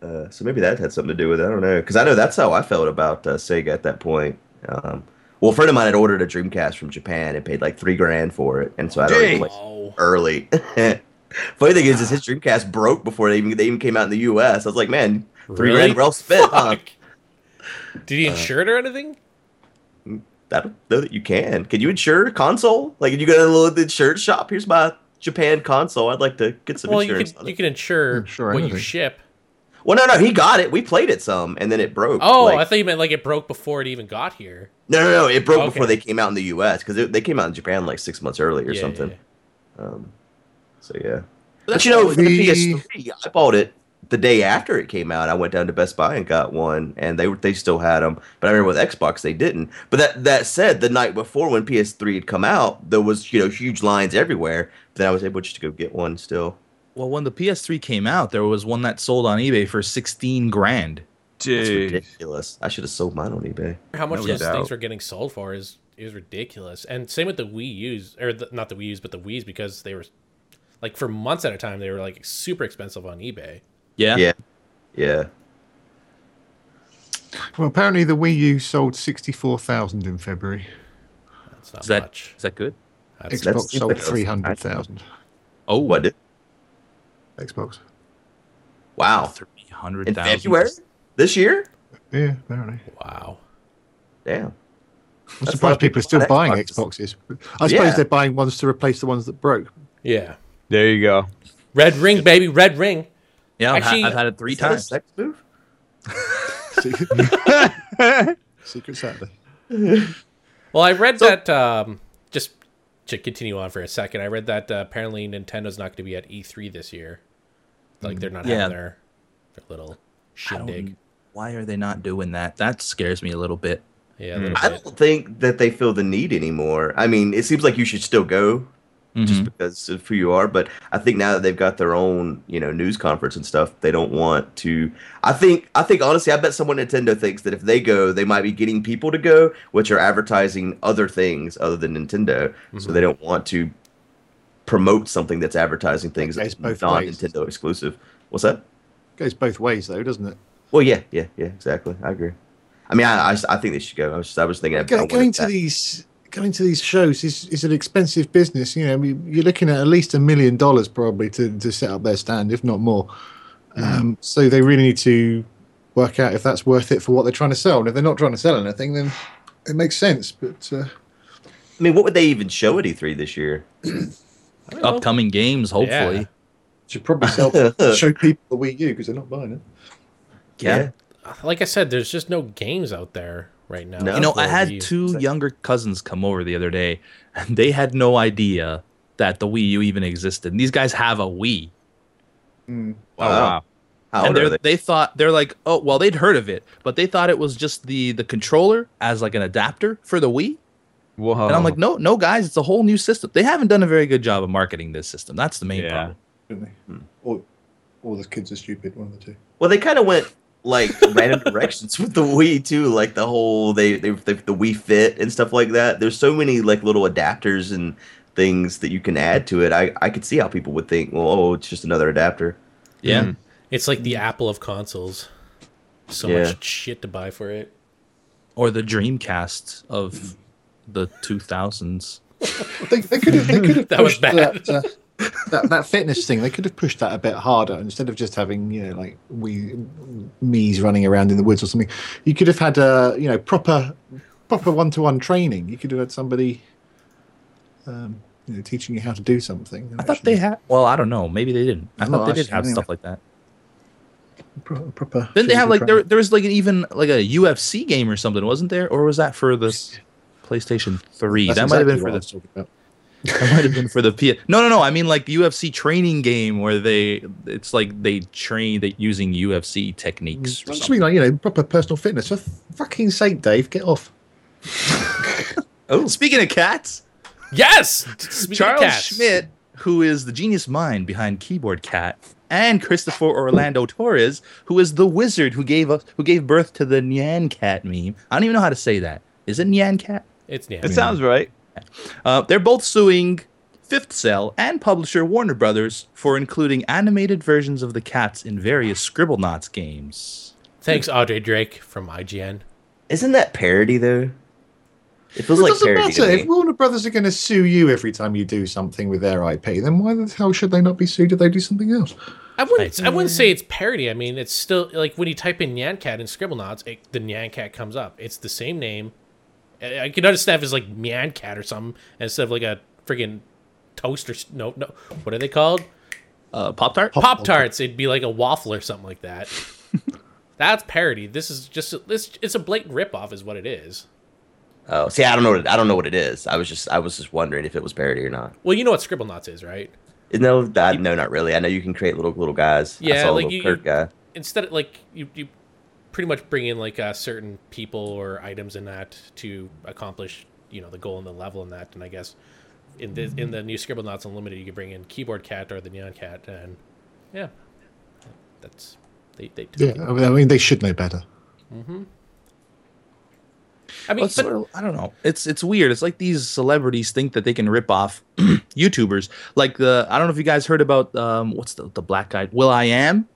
Speaker 5: Uh, so maybe that had something to do with it. I don't know because I know that's how I felt about uh, Sega at that point. Um, well, a friend of mine had ordered a Dreamcast from Japan and paid like three grand for it, and so I already
Speaker 3: Jeez.
Speaker 5: played
Speaker 4: Oh.
Speaker 5: early. [LAUGHS] Funny thing is, is his Dreamcast broke before they even they even came out in the U.S. I was like, man, three
Speaker 4: Really?
Speaker 5: grand well spent. Huh?
Speaker 4: Fuck. Did he
Speaker 5: Uh,
Speaker 4: insure it or anything?
Speaker 5: I don't know that you can. Can you insure a console? Like, if you go to the little insurance shop, here's my Japan console. I'd like to get some
Speaker 4: Well, you
Speaker 5: insurance
Speaker 4: could
Speaker 5: on
Speaker 4: you
Speaker 5: it.
Speaker 4: could insure
Speaker 6: Insure
Speaker 4: what you
Speaker 6: anything.
Speaker 4: ship.
Speaker 5: Well, no, no, he got it. We played it some, and then it broke.
Speaker 4: Oh,
Speaker 5: like-
Speaker 4: I thought you meant like it broke before it even got here.
Speaker 5: no, no, no, it broke
Speaker 4: Okay.
Speaker 5: before they came out in the U.S. because they came out in Japan like six months earlier or
Speaker 4: Yeah,
Speaker 5: something.
Speaker 4: yeah,
Speaker 5: Um, so yeah, but, you know, for the
Speaker 6: The-
Speaker 5: PS3, I bought it the day after it came out. I went down to Best Buy and got one, and they were they still had them. But I remember with Xbox, they didn't. But that that said, the night before when PS3 had come out, there was you know huge lines everywhere. But then I was able just to go get one still.
Speaker 2: Well, when the PS3 came out, there was one that sold on eBay for 16 grand.
Speaker 5: It's
Speaker 3: Dude.
Speaker 5: ridiculous. I should have sold mine on eBay.
Speaker 4: How much
Speaker 3: No
Speaker 4: those
Speaker 3: doubt.
Speaker 4: things are getting sold for is is ridiculous. And same with the Wii U's, or the, not the Wii U's, but the Wii's, because they were like for months at a time they were like super expensive on eBay.
Speaker 2: Yeah.
Speaker 5: Yeah. Yeah.
Speaker 6: Well, apparently the Wii U sold 64,000 in February.
Speaker 4: That's not
Speaker 2: Is that
Speaker 4: much.
Speaker 2: is that good?
Speaker 4: That's-
Speaker 6: Xbox
Speaker 5: that's-
Speaker 6: sold
Speaker 5: that's-
Speaker 6: 300,000.
Speaker 2: Oh,
Speaker 5: What? did-
Speaker 6: Xbox.
Speaker 5: Wow.
Speaker 2: 300,000.
Speaker 5: In February this year?
Speaker 6: Yeah, apparently.
Speaker 4: wow.
Speaker 5: Damn.
Speaker 6: I'm
Speaker 5: That's
Speaker 6: surprised
Speaker 5: not-
Speaker 6: people are still
Speaker 5: not
Speaker 6: buying
Speaker 5: Xboxes.
Speaker 6: Xboxes. I suppose
Speaker 5: Yeah.
Speaker 6: they're buying ones to replace the ones that
Speaker 5: [LAUGHS]
Speaker 6: broke.
Speaker 4: Yeah.
Speaker 3: There you go.
Speaker 4: Red ring, baby. Red ring.
Speaker 2: Yeah, I've,
Speaker 4: Actually-
Speaker 2: ha- I've had it three
Speaker 5: Is that a
Speaker 2: times.
Speaker 5: sex move?
Speaker 6: Secret Saturday.
Speaker 4: Well, I read that. Um, just to continue on for a second, I read that uh, apparently Nintendo's not going to be at E3 this year. Like they're not
Speaker 2: Yeah.
Speaker 4: having their, their little
Speaker 2: I don't-
Speaker 4: shindig.
Speaker 2: Why are they not doing that? That scares me a little bit.
Speaker 4: Yeah.
Speaker 2: Hmm.
Speaker 4: a little
Speaker 5: I
Speaker 4: bit.
Speaker 5: don't think that they feel the need anymore. I mean, it seems like you should still go
Speaker 2: Mm-hmm.
Speaker 5: just because of who you are, but I think now that they've got their own, you know, news conference and stuff, they don't want to I think I think honestly, I bet someone at Nintendo thinks that if they go, they might be getting people to go, which are advertising other things other than Nintendo.
Speaker 2: Mm-hmm.
Speaker 5: So they don't want to promote something that's advertising things
Speaker 6: That goes
Speaker 5: that's
Speaker 6: both
Speaker 5: non
Speaker 6: ways.
Speaker 5: Nintendo exclusive. What's that?
Speaker 6: Goes both ways, though, doesn't it?
Speaker 5: Well, yeah, yeah, yeah, exactly. I agree. I mean, I, I, I think they should go. I was, I was thinking. I- I
Speaker 6: Go,
Speaker 5: wanted
Speaker 6: going to
Speaker 5: that.
Speaker 6: these going to these shows is, is an expensive business. You know, I mean, you're looking at at least a million dollars probably to, to set up their stand, if not more.
Speaker 5: Hmm.
Speaker 6: Um, so they really need to work out if that's worth it for what they're trying to sell. And if they're not trying to sell anything, then it makes sense. But uh,
Speaker 5: I mean, what would they even show at E3 this year?
Speaker 2: Upcoming games, hopefully.
Speaker 4: Yeah.
Speaker 6: should probably
Speaker 5: [LAUGHS]
Speaker 6: sell show people the Wii U because they're not buying it.
Speaker 5: Yeah.
Speaker 4: like I said, there's just no games out there right now.
Speaker 5: No.
Speaker 2: You know,
Speaker 4: for
Speaker 2: I had
Speaker 4: Wii.
Speaker 2: two younger cousins come over the other day, and they had no idea that the Wii U even existed. And these guys have a Wii.
Speaker 3: Oh, wow.
Speaker 5: Mm. How
Speaker 2: and
Speaker 5: old are
Speaker 2: they
Speaker 5: they?
Speaker 2: they thought they're like, oh, well, they'd heard of it, but they thought it was just the the controller as like an adapter for the Wii.
Speaker 3: Whoa.
Speaker 2: And I'm like, no, no, guys, it's a whole new system. They haven't done a very good job of marketing this system. That's the main
Speaker 3: Yeah.
Speaker 2: problem.
Speaker 6: Don't they?
Speaker 2: Hmm.
Speaker 6: Or, or the kids are stupid. One of the two.
Speaker 5: Well, they kind of went like
Speaker 2: [LAUGHS]
Speaker 5: random directions with the Wii too, like the whole they, they, they the Wii Fit and stuff like that. There's so many like little adapters and things that you can add to it. I, I could see how people would think, well, oh, it's just another adapter.
Speaker 2: Yeah.
Speaker 4: It's like the Apple of consoles. So
Speaker 5: Yeah.
Speaker 4: much shit to buy for it.
Speaker 2: Or the Dreamcast of the 2000s.
Speaker 6: They, they could have. They
Speaker 2: [LAUGHS]
Speaker 6: could have
Speaker 4: That was
Speaker 6: pushed
Speaker 4: bad.
Speaker 6: That, uh, that, that fitness thing, they could have pushed that a bit harder instead of just having you know like we me's running around in the woods or something. You could have had a you know proper proper one to one training. You could have had somebody um, you know teaching you how to do something.
Speaker 2: I thought they had. Well, I don't know. Maybe they didn't. I
Speaker 6: No,
Speaker 2: thought they did
Speaker 6: actually,
Speaker 2: have
Speaker 6: anyway.
Speaker 2: stuff like that.
Speaker 6: pro- proper.
Speaker 2: Didn't they
Speaker 6: physical
Speaker 2: have like there?
Speaker 6: training.
Speaker 2: There was like an, even like a UFC game or something, wasn't there? Or was that for the PlayStation Three?
Speaker 6: That's
Speaker 2: that might
Speaker 6: exactly
Speaker 2: have been for
Speaker 6: what I
Speaker 2: the.
Speaker 6: was talking about.
Speaker 2: [LAUGHS] That might have been for the P. No, no, no. I mean like UFC training game where they. It's like they train that using UFC techniques. or
Speaker 6: It should
Speaker 2: something.
Speaker 6: be like you know proper personal fitness. For fucking sake, Dave, get off.
Speaker 2: Oh, Speaking of cats,
Speaker 4: Yes! Speaking of
Speaker 2: Charles
Speaker 4: cats.
Speaker 2: Schmidt, who is the genius mind behind Keyboard Cat, and Christopher Orlando Torres, who is the wizard who gave us who gave birth to the Nyan Cat meme. I don't even know how to say that. Is it Nyan Cat?
Speaker 4: It's yeah.
Speaker 3: it sounds right.
Speaker 2: Uh, they're both suing Fifth Cell and publisher Warner Brothers for including animated versions of the cats in various Scribblenauts games.
Speaker 4: Thanks, Audrey Drake from IGN.
Speaker 5: Isn't that parody though? It feels
Speaker 6: It
Speaker 5: like
Speaker 6: doesn't
Speaker 5: parody.
Speaker 6: matter.
Speaker 5: to me.
Speaker 6: If Warner Brothers are going to sue you every time you do something with their IP, then why the hell should they not be sued if they do something else?
Speaker 4: I wouldn't. I wouldn't say it's parody. I mean, it's still like when you type in Nyan Cat in Scribblenauts, it, the Nyan Cat comes up. It's the same name. I, I could understand if it's like Nyan Cat or something instead of like a freaking toaster. s- No, no. What are they called?
Speaker 2: Uh, Pop Tart?
Speaker 4: Pop tarts. It'd be like a waffle or something
Speaker 2: [LAUGHS]
Speaker 4: like that. That's parody. This is just this. It's a blatant ripoff, is what it is.
Speaker 5: Oh, see, I don't know. What it, I don't know what it is. I was just, I was just wondering if it was parody or not.
Speaker 4: Well, you know what Scribble Knots is, right?
Speaker 5: No, that, no, not really. I know you can create little little guys. I
Speaker 4: Yeah,
Speaker 5: saw a
Speaker 4: like
Speaker 5: little
Speaker 4: you-
Speaker 5: Kurt
Speaker 4: you-
Speaker 5: guy.
Speaker 4: Instead of like you, you pretty much bring in like uh, certain people or items in that to accomplish you know the goal and the level in that. And I guess in the in the new Scribble Knots Unlimited, you can bring in Keyboard Cat or the Neon Cat, and yeah, that's they they.
Speaker 6: Yeah, I mean, I mean, they should know better.
Speaker 4: I
Speaker 2: Well,
Speaker 4: mean,
Speaker 2: it's
Speaker 4: but-
Speaker 2: sort of- I don't know. It's it's weird. It's like these celebrities think that they can rip off [CLEARS THROAT] YouTubers. Like the I don't know if you guys heard about um what's the the black guy Will I Am.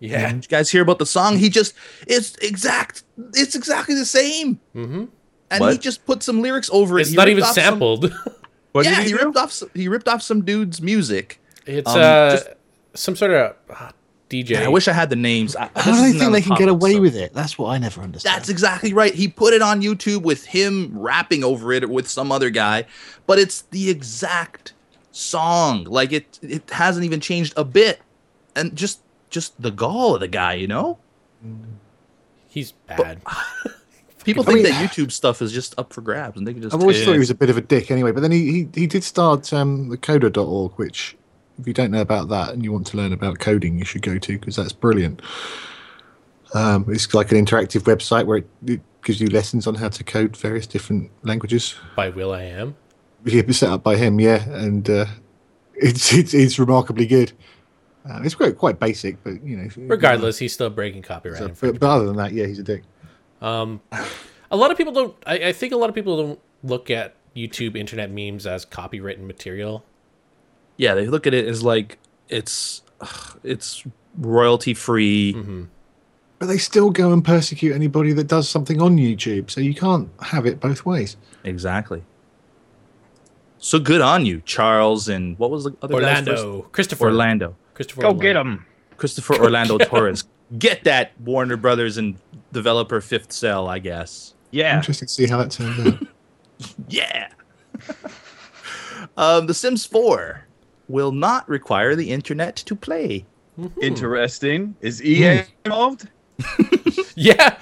Speaker 4: yeah.
Speaker 2: Did you guys hear about the song? He just it's exact. It's exactly the same.
Speaker 4: Mm-hmm.
Speaker 2: And he
Speaker 5: What?
Speaker 2: just put some lyrics over it.
Speaker 4: It's
Speaker 2: He
Speaker 4: not
Speaker 2: ripped
Speaker 4: even
Speaker 2: off some-
Speaker 4: sampled. [LAUGHS]
Speaker 3: What
Speaker 2: yeah, he
Speaker 3: did he do?
Speaker 2: ripped off some, he ripped off some dude's music.
Speaker 4: it's
Speaker 2: Um,
Speaker 4: uh,
Speaker 2: just-
Speaker 4: some sort of uh, DJ.
Speaker 2: And I wish I had the names. I,
Speaker 7: How do they think they can get away with it? That's what I never understand.
Speaker 2: That's exactly right. He put it on YouTube with him rapping over it with some other guy, but it's the exact song. Like it it hasn't even changed a bit. And just just the gall of the guy, you know?
Speaker 4: He's bad.
Speaker 2: People
Speaker 6: I
Speaker 2: think
Speaker 6: mean-
Speaker 2: that YouTube stuff is just up for grabs and they can just
Speaker 6: I've always
Speaker 2: take-
Speaker 6: thought he was a bit of a dick anyway, but then he, he, he did start um, the coder.org, which, if you don't know about that and you want to learn about coding, you should go to because that's brilliant. Um, it's like an interactive website where it, it gives you lessons on how to code various different languages.
Speaker 4: By Will
Speaker 2: [LAUGHS]
Speaker 4: I Am.
Speaker 6: Yeah, it was set up by him, yeah, and uh, it's, it's it's remarkably good. Uh, it's quite quite basic, but you know. if-
Speaker 4: Regardless, he's still breaking copyright.
Speaker 6: So,
Speaker 4: infringement.
Speaker 6: but, but other than that, yeah, he's a dick.
Speaker 4: Um, a lot of people don't. I, I think a lot of people don't look at YouTube internet memes as copywritten material.
Speaker 2: Yeah, they look at it as like it's ugh, it's royalty free.
Speaker 4: Mm-hmm.
Speaker 6: But they still go and persecute anybody that does something on YouTube, so you can't have it both ways.
Speaker 2: Exactly. So good on you, Charles and what was the other guy's first-
Speaker 4: Orlando, Christopher,
Speaker 2: Orlando.
Speaker 4: Christopher,
Speaker 8: Go
Speaker 4: Orlando.
Speaker 8: get him.
Speaker 2: Christopher Orlando Torres. [LAUGHS] Get that Warner Brothers and developer Fifth Cell, I guess.
Speaker 8: Yeah.
Speaker 6: Interesting to see how that turns
Speaker 2: [LAUGHS]
Speaker 6: out.
Speaker 8: [LAUGHS]
Speaker 2: Yeah. um, the Sims 4 will not require the internet to play.
Speaker 3: Interesting. Is EA involved?
Speaker 4: [LAUGHS] Yeah,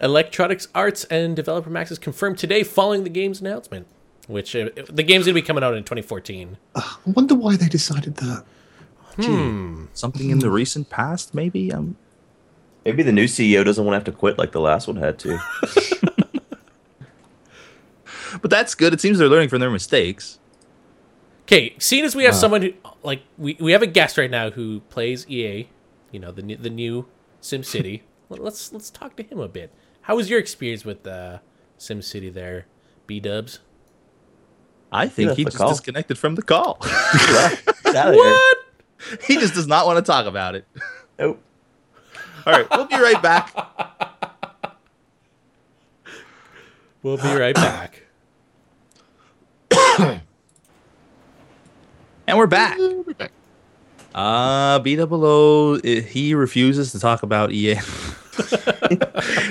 Speaker 4: Electronics Arts and Developer Max is confirmed today following the game's announcement, which uh, the game's gonna be coming out in 2014.
Speaker 6: I wonder why they decided that.
Speaker 2: Something
Speaker 8: [LAUGHS]
Speaker 2: in the recent past, maybe. Um,
Speaker 5: Maybe the new CEO doesn't want to have to quit like the last one had
Speaker 4: [LAUGHS]
Speaker 5: to.
Speaker 2: but that's good. It seems they're learning from their mistakes.
Speaker 4: Okay, seeing as we have someone who, like, we, we have a guest right now who plays EA, you know, the new, the new SimCity.
Speaker 2: [LAUGHS]
Speaker 4: Let- let's let's talk to him a bit. How was your experience with uh, SimCity there, B Dubs?
Speaker 2: I think
Speaker 5: Yeah,
Speaker 2: he
Speaker 5: the
Speaker 2: just
Speaker 5: call.
Speaker 2: disconnected from the call. [LAUGHS]
Speaker 5: Get out of here.
Speaker 2: he just does not want to talk about it.
Speaker 5: Nope.
Speaker 2: All right, we'll be right
Speaker 5: [LAUGHS]
Speaker 2: back. [COUGHS]
Speaker 4: We'll be right back.
Speaker 2: And we're back.
Speaker 6: We're back.
Speaker 2: Uh, B00, i- eh, he refuses to talk about [LAUGHS] EA.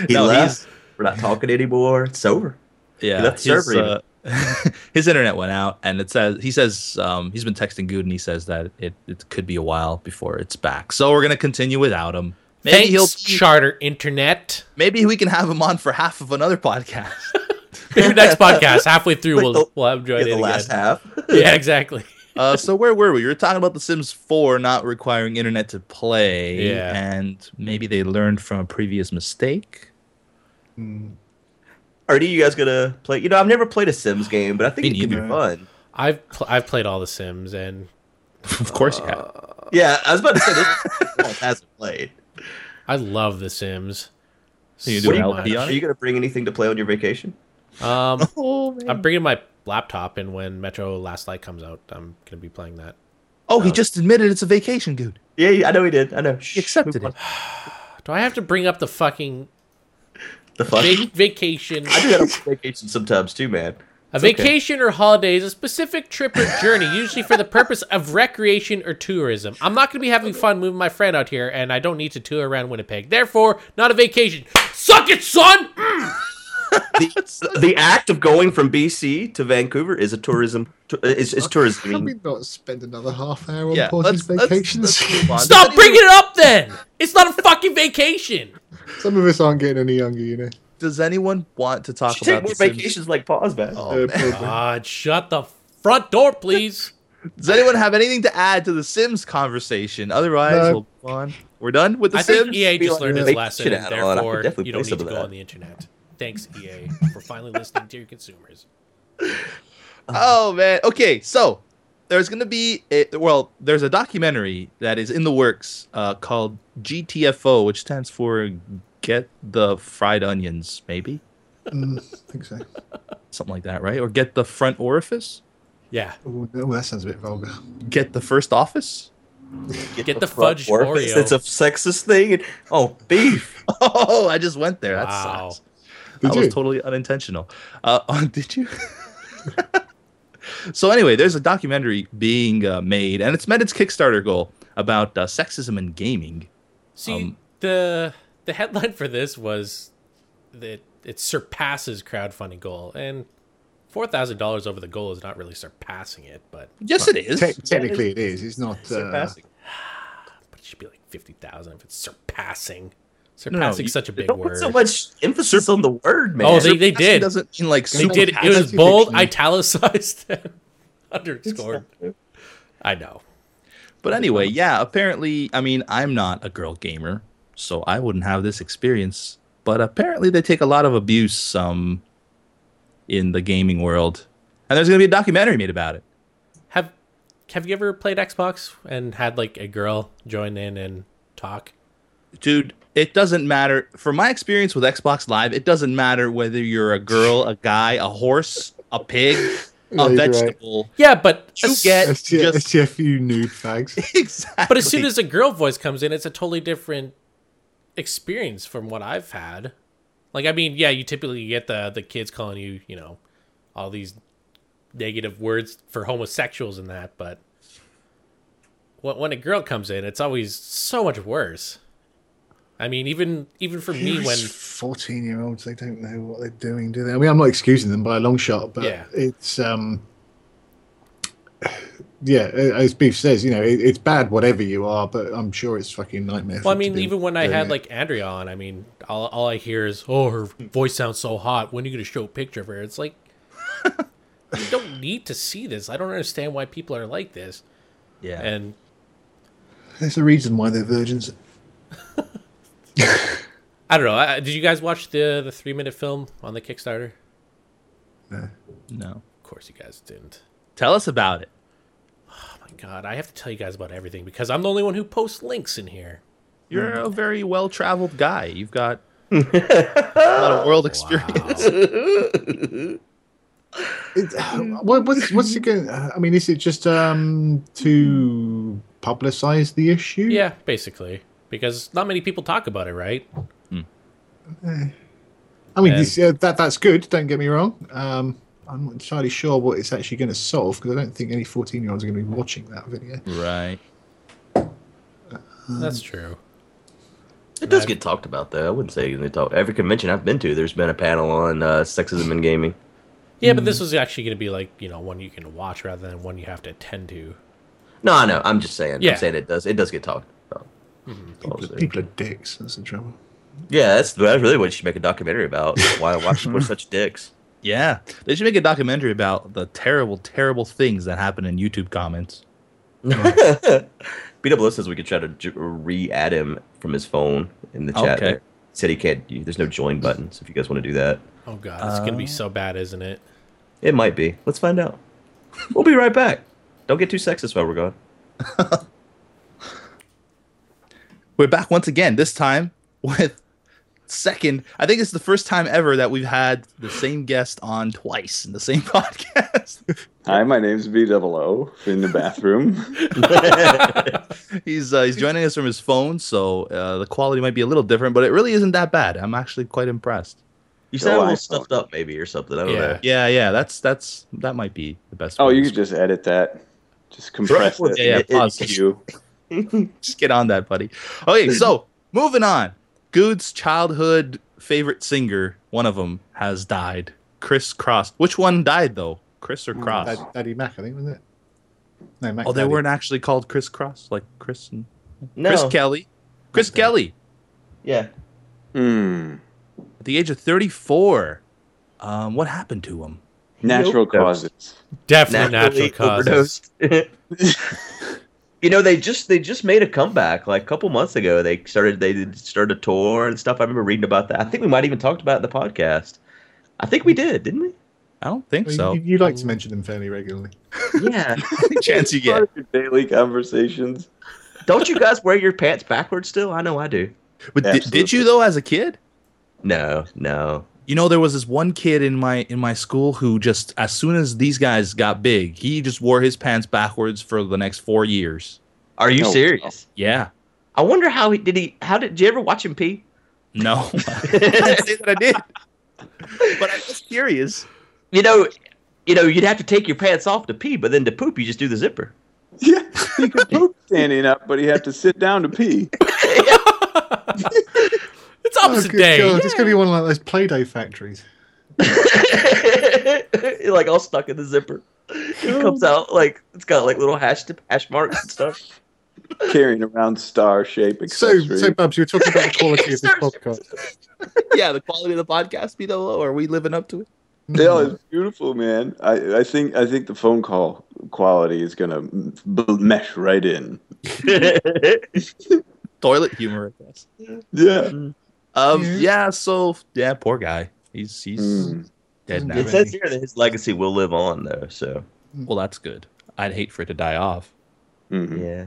Speaker 5: He
Speaker 2: No,
Speaker 5: left. We're not talking anymore. It's over.
Speaker 2: Yeah,
Speaker 5: He left the
Speaker 2: his,
Speaker 5: server
Speaker 2: uh, [LAUGHS] his internet went out, and it says he says um, he's been texting Good, and he says that it, it could be a while before it's back. So we're gonna continue without him. Maybe
Speaker 4: Thanks,
Speaker 2: he'll
Speaker 4: Charter Internet. [LAUGHS]
Speaker 2: maybe we can have him on for half of another [LAUGHS] podcast.
Speaker 4: Maybe next podcast, halfway through,
Speaker 5: Like [LAUGHS]
Speaker 4: we'll
Speaker 5: the-
Speaker 4: we'll have
Speaker 5: Get
Speaker 4: joined
Speaker 5: the
Speaker 4: in
Speaker 5: last
Speaker 4: again.
Speaker 5: half.
Speaker 4: [LAUGHS]
Speaker 5: [LAUGHS]
Speaker 4: Yeah, exactly.
Speaker 2: uh, so where were we? We were talking about The Sims 4 not requiring internet to play,
Speaker 4: Yeah.
Speaker 2: and maybe they learned from a previous mistake.
Speaker 5: Are any of you guys gonna play? You know, I've never played a Sims game, but I think
Speaker 2: Me
Speaker 5: it could be
Speaker 2: neither.
Speaker 5: fun.
Speaker 4: I've pl- I've played all the Sims, and
Speaker 2: of course, you have.
Speaker 5: Yeah, I was about to say this [LAUGHS] hasn't played.
Speaker 4: I love the Sims.
Speaker 2: So you
Speaker 4: so
Speaker 2: do an
Speaker 4: much.
Speaker 2: LP on
Speaker 5: Are you
Speaker 2: it?
Speaker 5: gonna bring anything to play on your vacation? [LAUGHS]
Speaker 4: Um,
Speaker 2: Oh,
Speaker 4: I'm bringing my laptop, and when Metro Last Light comes out, I'm gonna be playing that.
Speaker 2: Oh, he just admitted it's a vacation, Good.
Speaker 5: Yeah, I know he did. I know. Shh,
Speaker 2: He accepted
Speaker 5: move on.
Speaker 2: it.
Speaker 4: Do I have to bring up the fucking
Speaker 5: The fuck?
Speaker 4: va- vacation?
Speaker 5: I do that on vacation sometimes too, man.
Speaker 4: A vacation or holiday is a specific trip or journey, usually for the purpose of recreation or tourism. I'm not going to be having fun moving my friend out here, and I don't need to tour around Winnipeg. Therefore, not a vacation. Suck it, son!
Speaker 5: [LAUGHS] The, the act of going from BC to Vancouver is a tourism. tou- Is, is tourism. I
Speaker 6: Can we
Speaker 5: mean,
Speaker 6: not spend another half hour on
Speaker 2: Yeah,
Speaker 6: Porter's
Speaker 2: let's, let's-
Speaker 6: vacations?
Speaker 2: let's move
Speaker 6: [LAUGHS]
Speaker 2: on.
Speaker 4: Stop bringing it up then! It's not a fucking vacation!
Speaker 6: Some of us aren't getting any younger, you know.
Speaker 2: does anyone want to talk
Speaker 5: She
Speaker 2: about
Speaker 5: take more
Speaker 2: The Sims?
Speaker 5: vacations like pause, man.
Speaker 6: Uh, probably.
Speaker 4: God, shut the front door, please.
Speaker 2: Does anyone have anything to add to the Sims conversation? Otherwise,
Speaker 6: No.
Speaker 2: we'll move on. We're done with the
Speaker 4: I
Speaker 2: Sims.
Speaker 4: think EA
Speaker 5: be like,
Speaker 4: just learned
Speaker 5: "Yeah,
Speaker 4: its
Speaker 5: make
Speaker 4: lesson,
Speaker 5: shit out of it. I could
Speaker 4: therefore
Speaker 5: definitely
Speaker 4: you don't
Speaker 5: play
Speaker 4: need
Speaker 5: some
Speaker 4: to
Speaker 5: of
Speaker 4: go
Speaker 5: that.
Speaker 4: on the internet. Thanks, EA, for finally listening to your consumers.
Speaker 2: Oh man. Okay, so there's gonna be a, well, there's a documentary that is in the works uh, called GTFO, which stands for Get the Fried Onions, maybe
Speaker 6: Mm, I think so.
Speaker 2: something like that, right? Or Get the Front Orifice,
Speaker 4: Yeah,
Speaker 6: Oh, oh, that sounds a bit vulgar.
Speaker 2: Get the First Office. [LAUGHS]
Speaker 4: Get the
Speaker 5: front
Speaker 4: fudge
Speaker 5: door.
Speaker 4: Oreo.
Speaker 5: It's a sexist thing. And, oh, beef.
Speaker 2: Oh, I just went there. That
Speaker 4: Wow.
Speaker 2: sucks.
Speaker 6: They
Speaker 2: that
Speaker 6: do.
Speaker 2: was totally unintentional. Uh, [LAUGHS] oh, did you? so anyway, there's a documentary being uh, made, and it's met its Kickstarter goal about uh, sexism in gaming.
Speaker 4: See,
Speaker 2: Um,
Speaker 4: the the headline for this was that it surpasses crowdfunding goal, and four thousand dollars over the goal is not really surpassing it, but
Speaker 2: Yes, it is. [LAUGHS]
Speaker 6: Te- technically, it is. It's not. Uh,
Speaker 5: Surpassing.
Speaker 4: but it should be like fifty thousand if it's surpassing.
Speaker 2: no,
Speaker 4: Surpassing
Speaker 2: you-
Speaker 4: such a big
Speaker 5: Don't
Speaker 4: word.
Speaker 5: put so much emphasis on the word, man.
Speaker 4: Oh, they, they
Speaker 2: Actually
Speaker 4: did.
Speaker 2: Doesn't mean like
Speaker 4: They
Speaker 2: super
Speaker 4: did. It
Speaker 6: That's
Speaker 4: was
Speaker 6: actually
Speaker 4: bold,
Speaker 6: fictional.
Speaker 4: italicized, [LAUGHS] and underscored. I know.
Speaker 2: But anyway, yeah. Apparently, I mean, I'm not a girl gamer, so I wouldn't have this experience. But apparently, they take a lot of abuse um, in the gaming world, and there's gonna be a documentary made about it.
Speaker 4: Have Have you ever played Xbox and had like a girl join in and talk?
Speaker 2: Dude, it doesn't matter. From my experience with Xbox Live, it doesn't matter whether you're a girl, a guy, a horse,
Speaker 6: [LAUGHS]
Speaker 2: a pig,
Speaker 6: Yeah,
Speaker 2: a
Speaker 6: you're right.
Speaker 2: vegetable. [LAUGHS]
Speaker 4: Yeah, but
Speaker 2: You
Speaker 4: as-
Speaker 2: get
Speaker 6: STF,
Speaker 2: just
Speaker 6: STFU noob fags.
Speaker 2: exactly.
Speaker 4: but as soon as a girl voice comes in, it's a totally different experience from what I've had. Like, I mean, yeah, you typically get the the kids calling you, you know, all these negative words for homosexuals and that, but when, when a girl comes in, it's always so much worse. I mean, even even for me, when
Speaker 6: fourteen-year-olds, they don't know what they're doing, do they? I mean, I'm not excusing them by a long shot, but
Speaker 4: Yeah.
Speaker 6: it's um, yeah, a- as Beef says, you know, it, it's bad whatever you are, but I'm sure it's fucking nightmare.
Speaker 4: well, I
Speaker 6: for it to
Speaker 4: mean,
Speaker 6: be
Speaker 4: even when I
Speaker 6: doing
Speaker 4: had
Speaker 6: it.
Speaker 4: like Andrea on, I mean, all all I hear is, "Oh, her voice sounds so hot. When are you gonna show a picture of her?" It's like. [LAUGHS] You don't need to see this. I don't understand why people are like this.
Speaker 2: yeah.
Speaker 4: And
Speaker 6: there's a reason why they're virgins.
Speaker 4: I don't know. I, did you guys watch the the three minute film on the Kickstarter?
Speaker 2: no.
Speaker 4: Of course, you guys didn't.
Speaker 2: Tell us about it.
Speaker 4: Oh my god, I have to tell you guys about everything because I'm the only one who posts links in here.
Speaker 2: You're a very well traveled guy. You've [LAUGHS] got a lot of world experience.
Speaker 6: It,
Speaker 4: Mm.
Speaker 6: what, what's what's it going? I mean, is it just um to publicise the issue?
Speaker 4: Yeah, basically, because not many people talk about it, right?
Speaker 6: I
Speaker 2: Um,
Speaker 6: mean,
Speaker 4: And-
Speaker 6: this, uh, that that's good. Don't get me wrong. Um, I'm not entirely sure what it's actually going to solve because I don't think any 14 year olds are going to be watching that video.
Speaker 2: [LAUGHS] Right.
Speaker 4: That's true.
Speaker 5: It does get talked about, though. I wouldn't say they talk. Every convention I've been to, there's been a panel on uh, sexism in gaming.
Speaker 4: Yeah, but this was actually going to be like you know one you can watch rather than one you have to attend to.
Speaker 5: No, I know. I'm just saying.
Speaker 4: Yeah.
Speaker 5: I'm saying it does. It does get talked about. Obviously.
Speaker 6: People are dicks. That's the trouble.
Speaker 5: Yeah, that's that's really what you should make a documentary [LAUGHS] about. Why why people are such dicks?
Speaker 2: Yeah. They should make a documentary about the terrible, terrible things that happen in YouTube comments.
Speaker 5: BWO says we could try to j- re-add him from his phone in the chat.
Speaker 2: Okay.
Speaker 5: There. Said he can't. you- There's no join button. So if you guys want to do that,
Speaker 4: Oh god, it's going to be so bad, isn't it?
Speaker 5: it might be. Let's find out. We'll be right back. Don't get too sexist while we're gone.
Speaker 2: We're back once again, this time [LAUGHS] with second. I think it's the first time ever that we've had the same guest on twice in the same [LAUGHS] podcast.
Speaker 8: Hi, my name's VOO in
Speaker 3: [LAUGHS]
Speaker 8: the bathroom.
Speaker 2: he's uh, he's joining us from his phone, so uh, the quality might be a little different, but it really isn't that bad. I'm actually quite impressed.
Speaker 5: You sound a
Speaker 8: iPhone.
Speaker 5: little stuffed up, maybe, or something. I don't
Speaker 4: Yeah.
Speaker 5: know.
Speaker 2: Yeah, yeah, that's that's that might be the best.
Speaker 8: oh,
Speaker 2: way to
Speaker 8: you
Speaker 2: describe
Speaker 8: could just edit that. Just compress
Speaker 5: Right.
Speaker 8: it.
Speaker 2: Yeah, yeah,
Speaker 8: It-
Speaker 2: pause.
Speaker 8: it's you.
Speaker 2: [LAUGHS] just get on that, buddy. Okay, [LAUGHS] so moving on. Good's childhood favorite singer, one of them, has died. Chris Cross. Which one died though? Chris or Cross?
Speaker 6: Dad, Daddy Mac, I think, wasn't it? No, Mac.
Speaker 2: Oh, they
Speaker 6: Daddy.
Speaker 2: weren't actually called Chris Cross, like Chris and
Speaker 5: No.
Speaker 2: Chris Kelly. Chris Kelly.
Speaker 5: yeah.
Speaker 8: Hmm.
Speaker 2: at the age of 34. Um, what happened to him?
Speaker 8: Natural causes.
Speaker 4: Definitely natural causes.
Speaker 5: overdosed. [LAUGHS] you know, they just they just made a comeback like a couple months ago. They started they did- started a tour and stuff. I remember reading about that. I think we might even talked about it in the podcast. I think we did, didn't we?
Speaker 2: I don't think so.
Speaker 6: you, you like to mention them fairly regularly.
Speaker 5: Yeah.
Speaker 2: [LAUGHS] Chance you get.
Speaker 8: Part of your daily conversations.
Speaker 5: Don't you guys wear your pants backwards still? I know I do.
Speaker 2: But did, did
Speaker 8: Absolutely.
Speaker 2: you though as a kid?
Speaker 5: No, no.
Speaker 2: You know, there was this one kid in my in my school who just as soon as these guys got big, he just wore his pants backwards for the next four years.
Speaker 5: Are you
Speaker 8: No.
Speaker 5: serious?
Speaker 2: Yeah.
Speaker 5: I wonder how he did he how did, did you ever watch him pee?
Speaker 2: No. [LAUGHS] I didn't say that I did. But I was curious.
Speaker 5: You know, you know, you'd have to take your pants off to pee, but then to poop you just do the zipper.
Speaker 8: Yeah, he could poop standing up, but he had to sit down to pee.
Speaker 4: It's opposite
Speaker 6: Oh, good
Speaker 4: day.
Speaker 6: God, It's going to be one of like those Play-Doh factories.
Speaker 5: like all stuck in the zipper. It comes out like it's got like little hash hash marks and stuff.
Speaker 8: carrying around star shape
Speaker 6: So,
Speaker 8: accessory.
Speaker 6: so Bubs, you were talking about the quality of this podcast.
Speaker 2: Yeah, the quality of the podcast be low. Are we living up to it?
Speaker 8: Yeah,
Speaker 6: Mm.
Speaker 8: it's beautiful, man. I, I think I think the phone call quality is gonna m- b- mesh right in.
Speaker 2: Toilet humor, I guess.
Speaker 8: Yeah.
Speaker 2: Um,
Speaker 6: Yeah.
Speaker 2: yeah. so yeah, poor guy. He's he's
Speaker 8: Mm.
Speaker 2: dead now.
Speaker 5: Hmm. it says here that his legacy will live on though, so
Speaker 2: Well, that's good. I'd hate for it to die off.
Speaker 8: Mhm.
Speaker 5: yeah.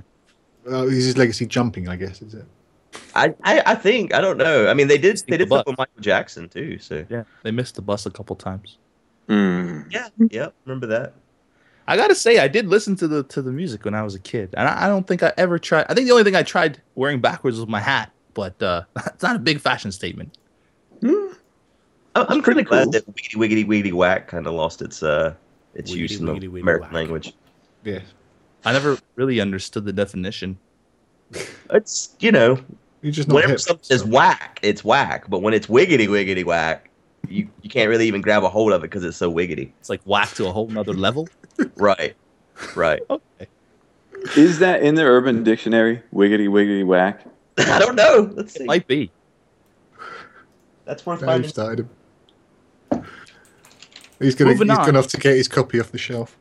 Speaker 6: Uh, is his legacy jumping? I guess is it.
Speaker 5: I, I, I think I don't know. I mean they did they
Speaker 2: Think
Speaker 5: did flip
Speaker 2: the
Speaker 5: with Michael Jackson too, so
Speaker 2: Yeah, they missed the bus a couple times.
Speaker 8: Mm.
Speaker 5: yeah, yeah, remember that.
Speaker 2: I gotta say, I did listen to the to the music when I was a kid, and I, I don't think I ever tried. I think the only thing I tried wearing backwards was my hat, but uh, [LAUGHS] it's not a big fashion statement.
Speaker 5: I- I'm
Speaker 8: pretty
Speaker 5: pretty glad
Speaker 8: cool.
Speaker 5: that wiggity wiggity wiggity whack kind of lost its uh its
Speaker 4: Wiggity,
Speaker 5: use in
Speaker 4: wiggity,
Speaker 5: the
Speaker 4: wiggity,
Speaker 5: American
Speaker 4: whack.
Speaker 5: language.
Speaker 6: Yeah.
Speaker 2: I never really understood the definition.
Speaker 5: It's you know
Speaker 6: You're just not
Speaker 5: whenever
Speaker 6: hip.
Speaker 5: something is whack, it's whack. But when it's wiggity wiggity whack, you you can't really even grab a hold of it because it's so wiggity.
Speaker 2: It's like whack to a whole nother level.
Speaker 5: Right, right. [LAUGHS]
Speaker 8: Is that in the Urban Dictionary? Wiggity wiggity whack.
Speaker 5: I don't know. Let's see.
Speaker 2: Might be.
Speaker 5: That's worth
Speaker 6: Dave
Speaker 5: finding.
Speaker 6: started him. He's going
Speaker 2: Moving
Speaker 6: to
Speaker 2: on.
Speaker 6: he's gonna have to get his copy off the shelf.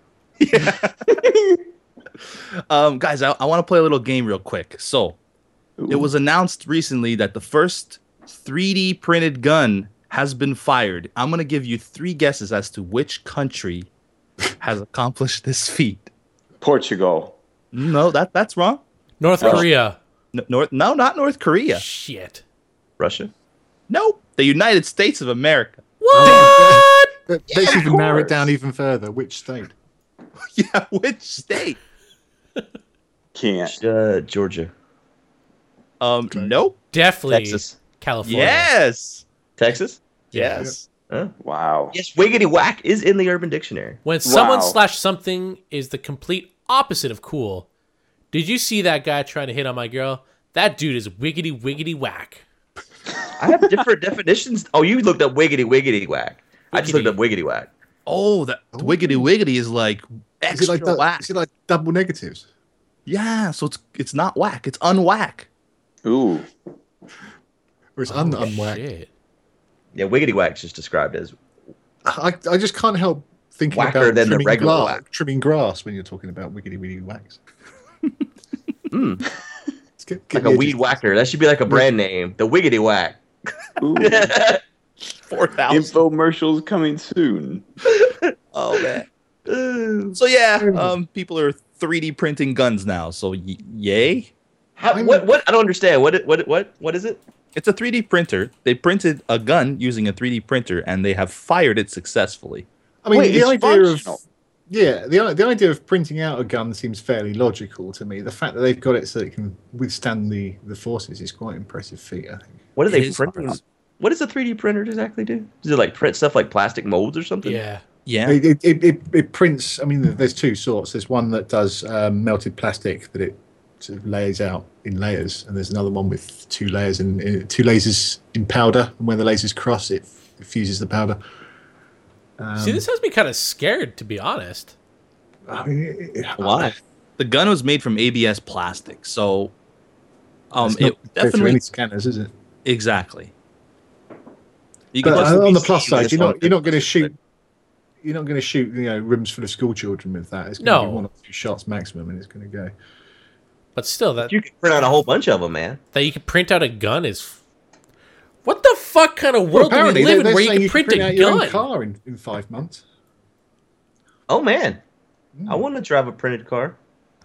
Speaker 2: Um, guys, I, I want to play a little game real quick. So it was announced recently that the first 3D printed gun has been fired. I'm gonna give you three guesses as to which country has accomplished this feat.
Speaker 8: Portugal.
Speaker 2: No, that that's wrong.
Speaker 4: North
Speaker 8: Oh.
Speaker 4: Korea.
Speaker 2: No, North, no, not North Korea.
Speaker 4: Shit.
Speaker 5: Russia.
Speaker 2: Nope. The United States of America.
Speaker 4: What?
Speaker 6: But let's even narrow it
Speaker 8: course.
Speaker 6: down even further. Which state?
Speaker 2: [LAUGHS] yeah, [LAUGHS] which state?
Speaker 8: Can't.
Speaker 5: Uh, Georgia.
Speaker 2: Um, nope.
Speaker 4: Definitely
Speaker 5: Texas.
Speaker 4: California.
Speaker 2: Yes.
Speaker 5: Texas.
Speaker 2: Yes.
Speaker 8: Wow.
Speaker 5: Yes, wiggity whack is in the Urban Dictionary.
Speaker 4: When someone
Speaker 8: Wow.
Speaker 4: slash something is the complete opposite of cool. Did you see that guy trying to hit on my girl? That dude is wiggity wiggity whack.
Speaker 5: I have different [LAUGHS] definitions. Oh, you looked up wiggity wiggity whack. I just looked up wiggity whack.
Speaker 2: Oh, the the wiggity wiggity is like
Speaker 6: Is it
Speaker 2: extra
Speaker 6: like dou-
Speaker 2: whack.
Speaker 6: is it like double negatives?
Speaker 2: yeah, so it's it's not whack. It's unwhack.
Speaker 8: Ooh.
Speaker 6: Or it's un-
Speaker 4: Oh,
Speaker 6: unwhack?
Speaker 4: shit.
Speaker 5: Yeah, wiggity whack's just described as
Speaker 6: I, I just can't help thinking
Speaker 5: Whacker
Speaker 6: about
Speaker 5: than the
Speaker 6: trimming,
Speaker 5: regular
Speaker 6: grass,
Speaker 5: whack.
Speaker 6: trimming grass when you're talking about wiggity wiggity whacks. [LAUGHS]
Speaker 5: Hmm.
Speaker 6: Let's get- get
Speaker 5: like a
Speaker 6: the
Speaker 5: weed
Speaker 6: edges.
Speaker 5: whacker. That should be like a brand name. The wiggity whack.
Speaker 8: Ooh.
Speaker 2: Four thousand.
Speaker 8: Infomercials coming soon.
Speaker 2: [LAUGHS] Oh man.
Speaker 6: [LAUGHS]
Speaker 2: So yeah, um, people are 3D printing guns now. So y- yay.
Speaker 5: How, what? What? I don't understand. What? What? What? What is it?
Speaker 2: It's a 3D printer. They printed a gun using a 3D printer, and they have fired it successfully.
Speaker 6: I mean,
Speaker 8: Wait,
Speaker 6: the
Speaker 8: it's
Speaker 6: idea
Speaker 8: functional.
Speaker 6: of yeah, the i- the idea of printing out a gun seems fairly logical to me. The fact that they've got it so it can withstand the the forces is quite an impressive feat. I think.
Speaker 5: What are
Speaker 2: It
Speaker 5: they
Speaker 2: is
Speaker 5: printing?
Speaker 2: hard.
Speaker 5: What does a 3D printer exactly do? Does it like print stuff like plastic molds or something?
Speaker 4: Yeah.
Speaker 2: Yeah.
Speaker 6: It, it, it, it, it prints. I mean, th- there's two sorts. There's one that does um, melted plastic that it sort of lays out in layers, and there's another one with two layers and uh, two lasers in powder. And when the lasers cross, it, f- it fuses the powder. Um,
Speaker 4: see, this has me kind of scared, to be honest.
Speaker 6: I mean, it- it-
Speaker 2: Why? The gun was made from ABS plastic, so um,
Speaker 6: it's not
Speaker 2: it
Speaker 6: go through
Speaker 2: definitely
Speaker 6: any scanners, is it?
Speaker 2: exactly. You
Speaker 6: but uh,
Speaker 2: can
Speaker 6: on
Speaker 2: definitely
Speaker 6: the plus
Speaker 2: see
Speaker 6: side,
Speaker 2: that
Speaker 6: you're not
Speaker 2: it's
Speaker 6: you're not going to shoot. You're not going to shoot, you know, rooms full of school children with that. It's going to
Speaker 4: No.
Speaker 6: be one or two shots maximum, and it's going to go.
Speaker 4: But still, that
Speaker 5: You can print out a whole bunch of them, man.
Speaker 4: that you can print out a gun is. What the fuck kind of world do we
Speaker 6: they're-
Speaker 4: live in
Speaker 6: they're
Speaker 4: where you
Speaker 6: saying
Speaker 4: can print a
Speaker 6: out your own
Speaker 4: gun?
Speaker 6: car in, in five months. Hmm.
Speaker 5: Oh man, I want to drive a printed car.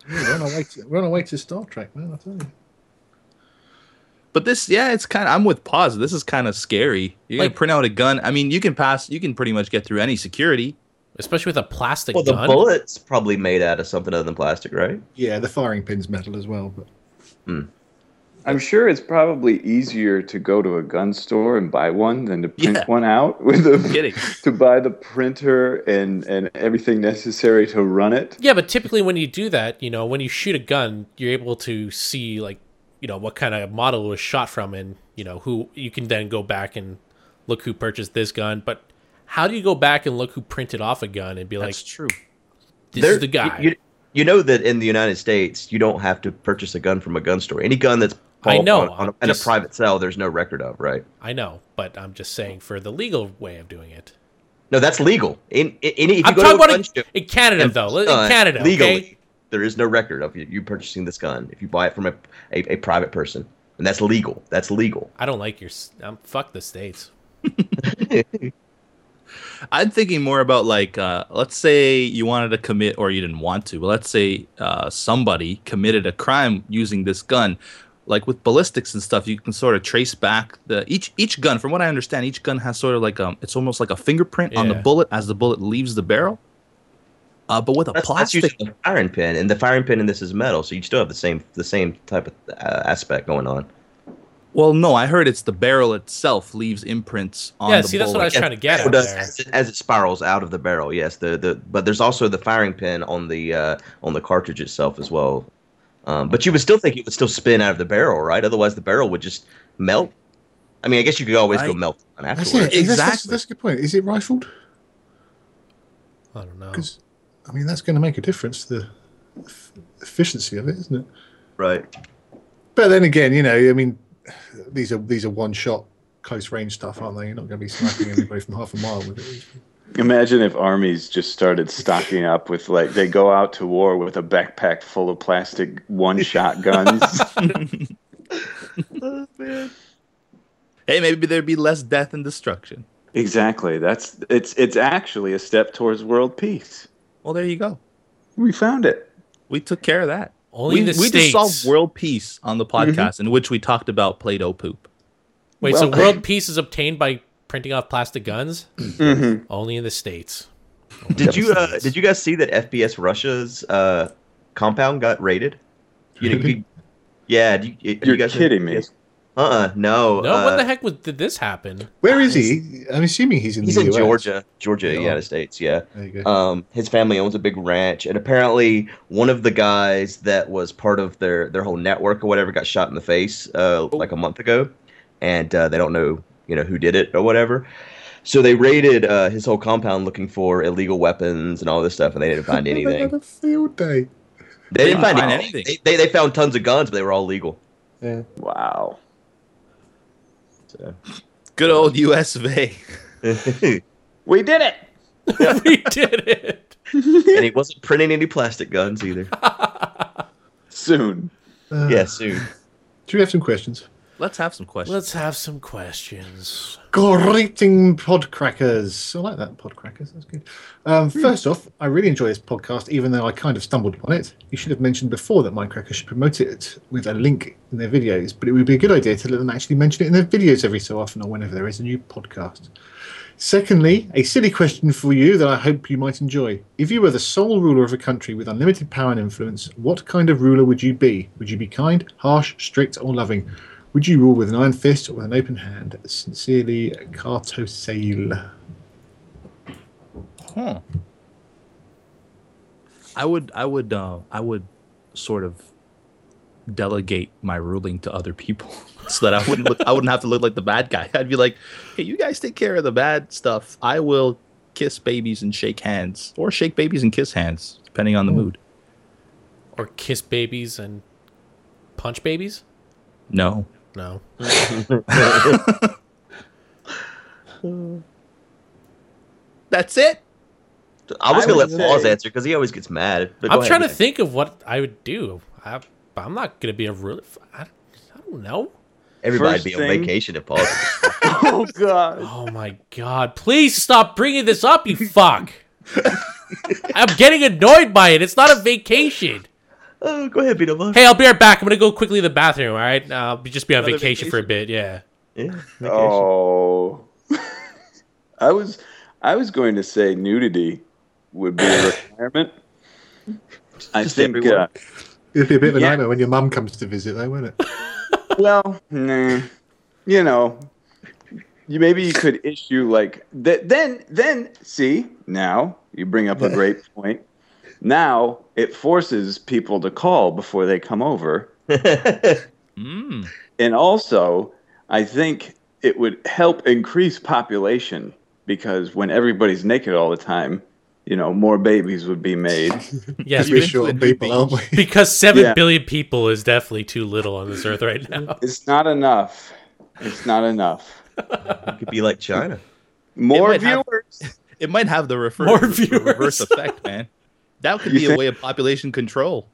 Speaker 6: Yeah, we're on our way to we're on our way to Star Trek, man. I tell you.
Speaker 2: But this, yeah, it's kind of. I'm with pause. This is kind of scary. You're
Speaker 4: Like-
Speaker 2: gonna print out a gun. I mean, you can pass. You can pretty much get through any security.
Speaker 4: Especially with a plastic
Speaker 5: Well, the
Speaker 4: gun.
Speaker 5: bullet's probably made out of something other than plastic, right?
Speaker 6: Yeah, the firing pin's metal as well, but
Speaker 8: I'm sure it's probably easier to go to a gun store and buy one than to print
Speaker 2: Yeah.
Speaker 8: one out with a,
Speaker 2: Kidding.
Speaker 8: [LAUGHS] to buy the printer and and everything necessary to run it.
Speaker 4: Yeah, but typically when you do that, you know, when you shoot a gun, you're able to see like, you know, what kind of model it was shot from, and you know who you can then go back and look who purchased this gun. But how do you go back and look who printed off a gun and be like,
Speaker 2: That's true.
Speaker 4: this
Speaker 5: There-
Speaker 4: is the guy?
Speaker 5: You, you, you know that in the United States, you don't have to purchase a gun from a gun store. Any gun that's
Speaker 4: I
Speaker 5: bought
Speaker 4: know,
Speaker 5: on, on a-
Speaker 4: I'm
Speaker 5: in a
Speaker 4: just-
Speaker 5: private sale, there's no record of, right?
Speaker 4: I know, but I'm just saying for the legal way of doing it.
Speaker 5: No, that's legal. In, in, any, if you
Speaker 4: I'm
Speaker 5: go to
Speaker 4: talking
Speaker 5: a
Speaker 4: about
Speaker 5: gun
Speaker 4: in,
Speaker 5: store
Speaker 4: in Canada
Speaker 5: and
Speaker 4: though. In
Speaker 5: buy a gun
Speaker 4: Canada,
Speaker 5: legally,
Speaker 4: okay?
Speaker 5: there is no record of you, you purchasing this gun if you buy it from a, a, a private person, and that's legal. That's legal.
Speaker 4: I don't like your. s- Um, fuck the states.
Speaker 2: I'm thinking more about like, uh, let's say you wanted to commit or you didn't want to, but let's say uh, somebody committed a crime using this gun. Like with ballistics and stuff, you can sort of trace back the each each gun. From what I understand, each gun has sort of like um, it's almost like a fingerprint on the
Speaker 4: Yeah.
Speaker 2: bullet as the bullet leaves the barrel. Uh, but with a
Speaker 5: That's, that's
Speaker 2: plastic,
Speaker 5: using a firing pin, and the firing pin in this is metal, so you still have the same the same type of uh, aspect going on.
Speaker 2: well, no, I heard it's the barrel itself leaves imprints on
Speaker 4: Yeah,
Speaker 2: the
Speaker 4: see,
Speaker 2: bullet.
Speaker 4: that's what I was trying to get
Speaker 5: So
Speaker 4: at
Speaker 5: does-
Speaker 4: there.
Speaker 5: as, it, as it spirals out of the barrel, yes. The, the but there's also the firing pin on the uh, on the cartridge itself as well. Um, but you would still think it would still spin out of the barrel, right? Otherwise, the barrel would just melt. I mean, I guess you could always go
Speaker 2: Right.
Speaker 5: melt it
Speaker 6: that's
Speaker 5: afterwards.
Speaker 6: it. That's- That's,
Speaker 2: Exactly.
Speaker 6: that's a good point. Is it rifled?
Speaker 4: I don't know.
Speaker 6: Because I mean, that's going to make a difference. to The f- efficiency of it, isn't it?
Speaker 5: [LAUGHS] Right.
Speaker 6: But then again, you know, I mean, these are these are one shot, close range stuff, aren't they? You're not going to be sniping anybody from half a mile with it.
Speaker 8: Imagine if armies just started stocking up with like they go out to war with a backpack full of plastic one-shot guns.
Speaker 2: hey, maybe there'd be less death and destruction.
Speaker 8: exactly. That's it's it's actually a step towards world peace.
Speaker 2: Well, there you go.
Speaker 8: We found it.
Speaker 2: We took care of that.
Speaker 4: Only
Speaker 2: we,
Speaker 4: the
Speaker 2: we just
Speaker 4: states.
Speaker 2: solved world peace on the podcast in which we talked about Play-Doh poop.
Speaker 4: Wait, so
Speaker 8: Well-
Speaker 4: world peace is obtained by printing off plastic guns? Only in the states.
Speaker 5: Did you uh, did you guys see that FBS Russia's uh, compound got raided? You, didn't- you- yeah. Do you, you
Speaker 8: You're
Speaker 5: guys
Speaker 8: kidding me.
Speaker 5: Uh. uh No.
Speaker 4: No,
Speaker 5: uh,
Speaker 4: what the heck was, did this happen? [LAUGHS]
Speaker 6: Where is he? I'm assuming he's in
Speaker 5: He's
Speaker 6: the
Speaker 5: in
Speaker 6: US.
Speaker 5: Georgia, Georgia,
Speaker 6: Yeah.
Speaker 5: United States. Yeah.
Speaker 6: There you go.
Speaker 5: Um, his family owns a big ranch, and apparently one of the guys that was part of their their whole network or whatever got shot in the face uh, like a month ago, and uh, they don't know you know who did it or whatever. So they raided uh, his whole compound looking for illegal weapons and all this stuff, and they didn't find
Speaker 6: They [LAUGHS] had
Speaker 5: anything.
Speaker 6: a field day.
Speaker 5: They didn't find
Speaker 2: Find
Speaker 5: anything.
Speaker 2: anything.
Speaker 5: They, they, they found tons of guns, but they were all legal.
Speaker 8: Wow.
Speaker 5: So.
Speaker 2: Good old US of A.
Speaker 5: and
Speaker 8: We did it.
Speaker 4: we did it.
Speaker 5: he wasn't printing any plastic guns either.
Speaker 8: Soon.
Speaker 6: Uh,
Speaker 5: yeah, soon.
Speaker 6: Do we have some questions?
Speaker 2: [LAUGHS] Let's have some questions.
Speaker 4: Let's have some questions.
Speaker 6: Greeting podcrackers. I like that podcrackers. That's good. Um,
Speaker 5: Hmm.
Speaker 6: first off, I really enjoy this podcast, even though I kind of stumbled upon it. You should have mentioned before that Mindcracker should promote it with a link in their videos, but it would be a good idea to let them actually mention it in their videos every so often or whenever there is a new podcast. Secondly, a silly question for you that I hope you might enjoy. If you were the sole ruler of a country with unlimited power and influence, what kind of ruler would you be? Would you be kind, harsh, strict, or loving? Would you rule with an iron fist or with an open hand? Sincerely, Carto Sale.
Speaker 2: Huh. I would I would uh, I would sort of delegate my ruling to other people [LAUGHS] so that I wouldn't look, I wouldn't have to look like the bad guy. I'd be like, "Hey, you guys take care of the bad stuff. I will kiss babies and shake hands or shake babies and kiss hands depending on the mood."
Speaker 4: Or kiss babies and punch babies?
Speaker 2: No.
Speaker 4: No.
Speaker 2: That's it.
Speaker 5: I was
Speaker 8: I
Speaker 5: gonna let
Speaker 8: would say-
Speaker 5: Paul's answer because he always gets mad. But
Speaker 4: I'm trying to think of what I would do. I, but I'm not gonna be a real. I, I don't know.
Speaker 5: Everybody'd
Speaker 8: First
Speaker 5: be on
Speaker 8: thing-
Speaker 5: vacation if Paul.
Speaker 8: oh god.
Speaker 4: Oh my god! Please stop bringing this up, you fuck. I'm getting annoyed by it. It's not a vacation.
Speaker 5: oh, go ahead, beat him up.
Speaker 4: Hey, I'll be right back. I'm gonna go quickly to the bathroom. All right, I'll be, just be on vacation, for a bit. Yeah.
Speaker 5: Yeah, vacation.
Speaker 8: Oh. [LAUGHS] I was I was going to say nudity would be [COUGHS] a requirement. I
Speaker 5: Just
Speaker 8: think
Speaker 5: everyone.
Speaker 8: uh,
Speaker 6: It'd be a bit of a
Speaker 8: Yeah.
Speaker 6: nightmare when your mum comes to visit, though, wouldn't it?
Speaker 8: well, nah, you know, you maybe you could issue like that. Then, then see now you bring [LAUGHS] up a great point. Now it forces people to call before they come over,
Speaker 2: Mm.
Speaker 8: and also I think it would help increase population because when everybody's naked all the time, you know, more babies would be made.
Speaker 4: Yes.
Speaker 6: We're short on
Speaker 3: Eventually,
Speaker 6: people, aren't we?
Speaker 4: [LAUGHS] Because seven billion
Speaker 8: Yeah.
Speaker 4: people is definitely too little on this earth right now.
Speaker 8: It's not enough. It's not enough.
Speaker 5: it could be like China.
Speaker 8: More
Speaker 2: might have-
Speaker 8: viewers.
Speaker 2: [LAUGHS] It might have the refer-
Speaker 4: More
Speaker 2: the
Speaker 4: viewers.
Speaker 2: reverse effect, man. That could
Speaker 8: You
Speaker 2: be a
Speaker 8: think-
Speaker 2: way of population control.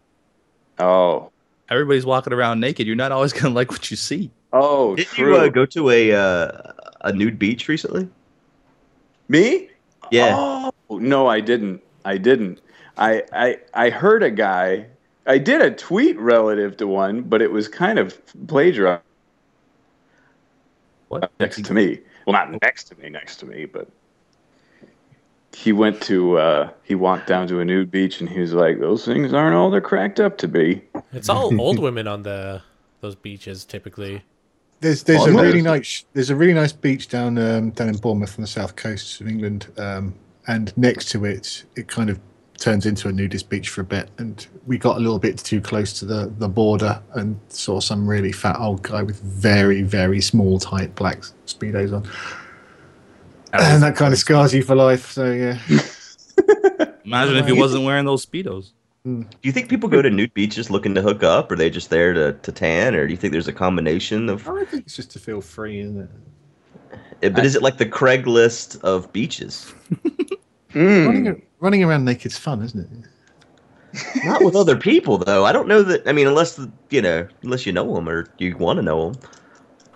Speaker 8: Oh,
Speaker 2: Everybody's walking around naked. You're not always going to like what you see.
Speaker 8: oh,
Speaker 5: Did
Speaker 8: true.
Speaker 5: you uh, go to a uh, a nude beach recently?
Speaker 8: Me?
Speaker 5: Yeah,
Speaker 8: Oh no, I didn't. I didn't. I I I heard a guy. I did a tweet relative to one, but it was kind of plagiarized
Speaker 2: What?
Speaker 8: Uh, next to me. Well, not next to me, next to me, but he went to. Uh, he walked down to a nude beach, and he was like, "Those things aren't all they're cracked up to be."
Speaker 4: [LAUGHS] It's all old women on the those beaches typically.
Speaker 6: There's there's
Speaker 8: Oh,
Speaker 6: a
Speaker 8: no.
Speaker 6: really nice there's a really nice beach down um, down in Bournemouth on the south coast of England, um, and next to it it kind of turns into a nudist beach for a bit, and we got a little bit too close to the, the border and saw some really fat old guy with very very small tight black speedos on, and that kind of scars you for life. So yeah,
Speaker 2: Imagine if he wasn't wearing those speedos.
Speaker 5: Do you think people go to nude beaches looking to hook up? Are they just there to, to tan, or do you think there's a combination of? eh,
Speaker 6: I think it's just to feel free, isn't it?
Speaker 5: But is it like the Craigslist of beaches?
Speaker 8: Mm.
Speaker 6: Running, running around naked's fun, isn't it?
Speaker 5: Not
Speaker 8: [LAUGHS]
Speaker 5: with other people though. I don't know that. I mean, unless the, you know, unless you know them or you want to know them.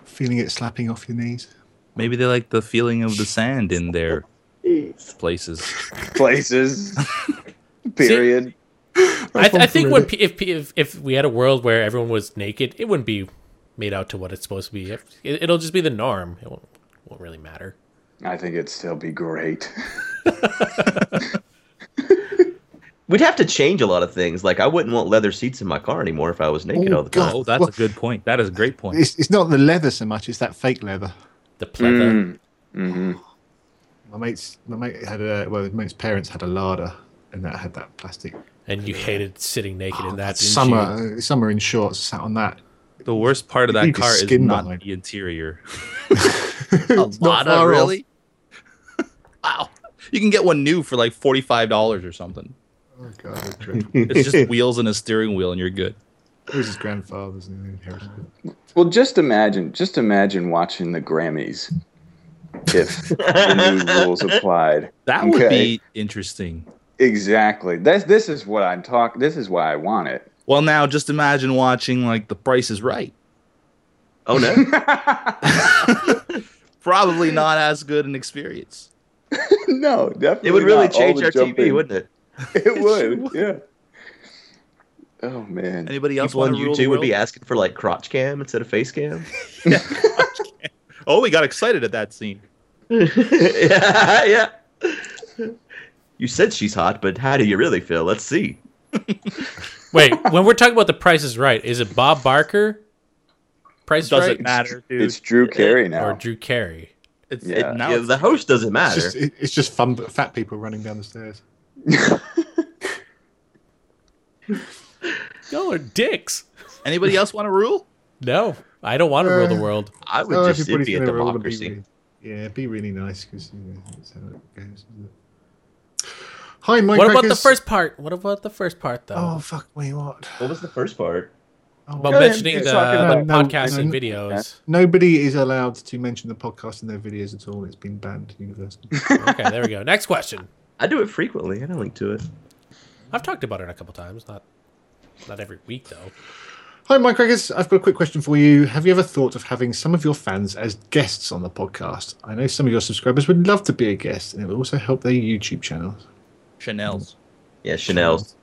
Speaker 6: Feeling it slapping off your knees.
Speaker 2: Maybe they like the feeling of the sand in their places.
Speaker 8: Places. Period.
Speaker 4: I, th- I think when, pe- if, pe- if if we had a world where everyone was naked, it wouldn't be made out to what it's supposed to be. If- It, it'll just be the norm. It won't, won't really matter.
Speaker 8: I think it'd still be great.
Speaker 5: We'd have to change a lot of things. Like I wouldn't want leather seats in my car anymore if I was naked
Speaker 6: Oh,
Speaker 5: all the
Speaker 6: God.
Speaker 5: time.
Speaker 2: Oh, that's a good point. That is a great point.
Speaker 6: It's, it's not the leather so much; it's that fake leather.
Speaker 4: The plethora.
Speaker 8: Mm-hmm.
Speaker 6: My mate's my mate had a well, his mate's parents had a larder, and that had that plastic.
Speaker 4: And you hated sitting naked in that. didn't you?
Speaker 6: summer uh, summer in shorts sat on that.
Speaker 2: The worst part of
Speaker 6: Leave
Speaker 2: that
Speaker 6: his
Speaker 2: car is
Speaker 6: skin
Speaker 2: not
Speaker 6: behind.
Speaker 2: the
Speaker 8: [LAUGHS]
Speaker 2: interior. [LAUGHS]
Speaker 6: a
Speaker 2: Lada, really? [LAUGHS] wow. You can get one new for like $45 or something.
Speaker 6: Oh god, that's [LAUGHS] dreadful.
Speaker 2: It's
Speaker 8: [LAUGHS]
Speaker 2: just wheels and a steering wheel, and you're good.
Speaker 6: it was his grandfather's and he inherited it.
Speaker 8: Well, just imagine, just imagine watching the Grammys if the [LAUGHS] new rules applied.
Speaker 2: That would
Speaker 8: Okay.
Speaker 2: be interesting.
Speaker 8: Exactly. This this is what I'm talking. This is why I want it.
Speaker 2: Well, now just imagine watching like The Price is Right.
Speaker 5: Oh
Speaker 8: [LAUGHS]
Speaker 5: no.
Speaker 2: Probably not as good an experience.
Speaker 8: no, definitely.
Speaker 5: It would really
Speaker 8: not. All
Speaker 5: change
Speaker 8: the
Speaker 5: our TV,
Speaker 8: jumping-
Speaker 5: wouldn't it?
Speaker 8: [LAUGHS]
Speaker 5: [LAUGHS]
Speaker 8: It would. yeah. Oh man.
Speaker 2: Anybody else
Speaker 5: People on
Speaker 2: want to rule the
Speaker 5: YouTube would be
Speaker 2: world?
Speaker 5: asking for like crotch cam instead of face cam.
Speaker 2: Oh, we got excited at that scene.
Speaker 5: yeah, [LAUGHS] yeah. [LAUGHS] You said she's hot, but how do you really feel? Let's see.
Speaker 4: Wait, when we're talking about the Price is Right, is it Bob Barker? Price is
Speaker 2: Doesn't
Speaker 4: Right
Speaker 2: matter, dude.
Speaker 8: it's Drew Carey now.
Speaker 4: or Drew Carey?
Speaker 2: It's-
Speaker 8: Yeah.
Speaker 2: it- now
Speaker 5: Yeah,
Speaker 2: it's-
Speaker 5: the host doesn't
Speaker 6: It's
Speaker 5: matter.
Speaker 6: just it, it's just fun, but fat people running down the stairs.
Speaker 4: Y'all are dicks.
Speaker 2: anybody else want to rule?
Speaker 4: No, I don't want to rule the world.
Speaker 5: I would
Speaker 6: Oh,
Speaker 5: just it'd
Speaker 6: everybody's
Speaker 5: be a
Speaker 6: gonna roll and
Speaker 5: democracy.
Speaker 6: Be really, yeah, be really nice because you know, that's how it goes. Isn't it? Hi, Mike.
Speaker 4: What about the first part? What about the first part, though?
Speaker 6: Oh fuck me! What?
Speaker 5: What was the first part?
Speaker 4: about
Speaker 8: Go ahead,
Speaker 4: mentioning
Speaker 8: yeah,
Speaker 4: the,
Speaker 8: talk
Speaker 4: the
Speaker 6: about- Mm-hmm. No,
Speaker 4: podcasts
Speaker 6: no,
Speaker 4: and
Speaker 6: no.
Speaker 4: videos.
Speaker 6: Nobody is allowed to mention the podcast in their videos at all. It's been banned universally.
Speaker 4: Okay, there we go. Next question.
Speaker 5: I do it frequently. I don't link to it.
Speaker 4: I've talked about it a couple times, not not every week though.
Speaker 6: Hi, Mike Crackers. I've got a quick question for you. Have you ever thought of having some of your fans as guests on the podcast? I know some of your subscribers would love to be a guest, and it would also help their YouTube channels.
Speaker 2: Chanel's.
Speaker 5: Yeah, Chanel's.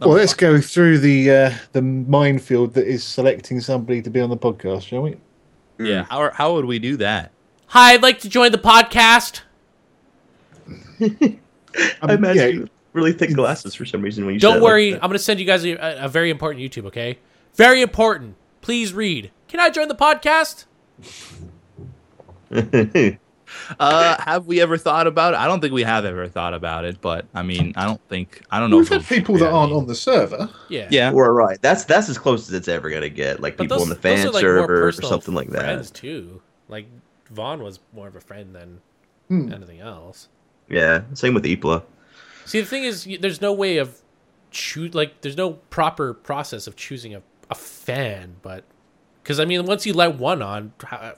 Speaker 6: Well, let's go through the uh, the minefield that is selecting somebody to be on the podcast, shall we?
Speaker 2: Yeah. How, how would we do that?
Speaker 4: Hi, I'd like to join the podcast.
Speaker 6: Um,
Speaker 5: I imagine
Speaker 6: yeah,
Speaker 5: you with really thick glasses for some reason when you said
Speaker 4: Don't
Speaker 5: it like
Speaker 4: worry,
Speaker 5: that.
Speaker 4: I'm gonna send you guys a, a very important YouTube. Okay, very important. Please read. Can I join the podcast?
Speaker 2: Uh, have we ever thought about it? I don't think we have ever thought about it, but I mean, I don't think I don't know.
Speaker 6: We've
Speaker 2: if
Speaker 6: had
Speaker 2: we-
Speaker 6: people that aren't on the server.
Speaker 4: Yeah.
Speaker 2: Yeah.
Speaker 5: We're right. That's that's as close as it's ever gonna get. Like
Speaker 4: But
Speaker 5: people
Speaker 4: those,
Speaker 5: on the
Speaker 4: those
Speaker 5: fan
Speaker 4: are, like, more
Speaker 5: server or
Speaker 4: personal
Speaker 5: something like that.
Speaker 4: Friends too. Like Vaughn was more of a friend than
Speaker 6: Hmm.
Speaker 4: anything else.
Speaker 5: Yeah. Same with Epla.
Speaker 4: See, the thing is, y- there's no way of choose like there's no proper process of choosing a, a fan, but because I mean, once you let one on, how-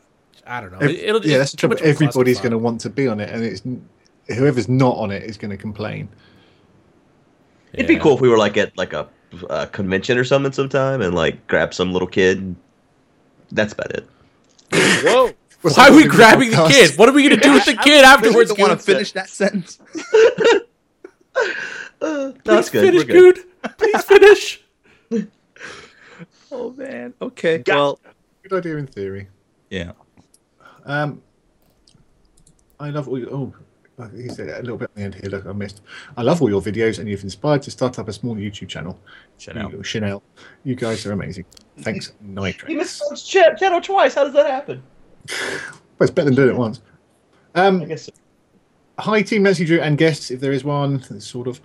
Speaker 4: I don't know.
Speaker 6: Ev-
Speaker 4: It'll
Speaker 6: yeah, that's
Speaker 4: it's
Speaker 6: the
Speaker 4: too
Speaker 6: trouble.
Speaker 4: much of a
Speaker 6: Everybody's
Speaker 4: clusterfuck.
Speaker 6: going to want to be on it, and it's whoever's not on it is going to complain.
Speaker 5: It'd be
Speaker 4: Yeah.
Speaker 5: cool if we were like at like a, a convention or something sometime and like grab some little kid. That's about it.
Speaker 3: Whoa.
Speaker 4: Why are we
Speaker 6: [LAUGHS]
Speaker 4: grabbing the kid? What are we gonna do with the kid afterwards?
Speaker 2: Doesn't wanna
Speaker 4: Goon?
Speaker 2: that sentence.
Speaker 5: That's good. We're
Speaker 4: Finish,
Speaker 5: good.
Speaker 4: dude. Please finish.
Speaker 2: Oh man. Okay. Well.
Speaker 6: Good idea in theory.
Speaker 2: Yeah.
Speaker 6: Um, I love all your. Oh, I think he said it a little bit on the end here. Look, I missed. I love all your videos, and you've inspired to start up a small YouTube channel.
Speaker 2: Chanel.
Speaker 6: You, Chanel, you guys are amazing.
Speaker 5: [LAUGHS]
Speaker 6: Thanks,
Speaker 5: He
Speaker 6: Nitrate.
Speaker 5: misspelled ch- channel twice. How does that happen?
Speaker 6: Well, it's better than doing it once.
Speaker 5: I
Speaker 6: Um,
Speaker 5: guess so.
Speaker 6: hi, Team Nancy Drew and guests, if there is one, sort of.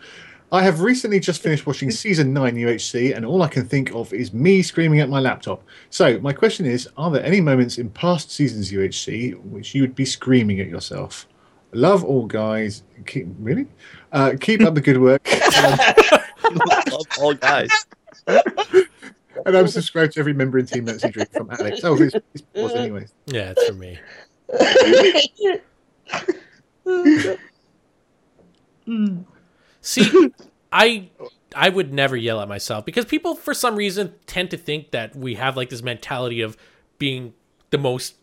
Speaker 6: I have recently just finished watching season 9 UHC, and all I can think of is me screaming at my laptop. So, my question is Are there any moments in past seasons UHC which you would be screaming at yourself? Love all guys. Keep, really? Uh, keep up the good work. [LAUGHS]
Speaker 5: Love all guys.
Speaker 6: and I'm subscribed to every member in Team Nancy Drew from Alex. Oh, it's, it's was anyway.
Speaker 4: Yeah, it's for me. See, I I would never yell at myself because people for some reason tend to think that we have like this mentality of being the most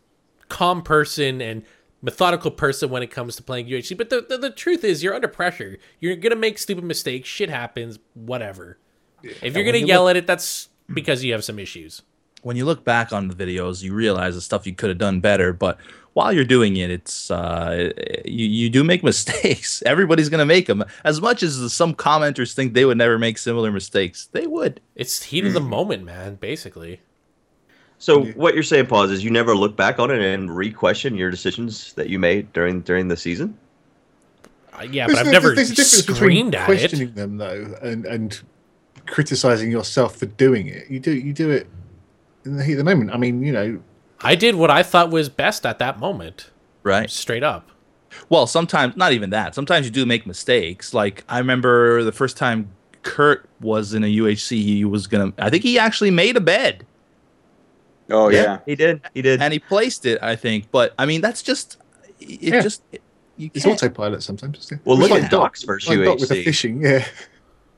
Speaker 4: calm person and methodical person when it comes to playing UHC. But the, the, the truth is you're under pressure. You're gonna make stupid mistakes, shit happens, whatever. If you're gonna yell at it, that's because you have some issues.
Speaker 2: When you look back on the videos, you realize the stuff you could have done better. But while you're doing it, it's uh, you you do make [LAUGHS] mistakes. Everybody's gonna make them. As much as some commenters think they would never make similar mistakes, they would.
Speaker 4: It's heat of the moment, man, basically.
Speaker 5: So what you're saying, pause, is you never look back on it and re-question your decisions that you made during during the season.
Speaker 4: Uh, yeah, but I've never screamed at it.
Speaker 6: questioning them though and and criticizing yourself for doing it. You do you do it in the heat of the moment. I mean, you know,
Speaker 4: I did what I thought was best at that moment,
Speaker 2: Right.
Speaker 4: straight up.
Speaker 2: Well, sometimes not even that. Sometimes you do make mistakes. Like I remember the first time Kurt was in a UHC, he was gonna. I think he actually made a bed
Speaker 8: Oh yeah.
Speaker 5: he did. He did.
Speaker 2: and he placed it. I think, but I mean that's just it.
Speaker 6: Yeah.
Speaker 2: Just you
Speaker 6: it's
Speaker 2: can't-
Speaker 6: autopilot sometimes. Isn't it?
Speaker 5: Well,
Speaker 6: It's
Speaker 5: look
Speaker 6: like
Speaker 5: at
Speaker 6: Doc.
Speaker 5: Doc's first
Speaker 6: Like Doc with the
Speaker 5: UHC.
Speaker 6: fishing, yeah.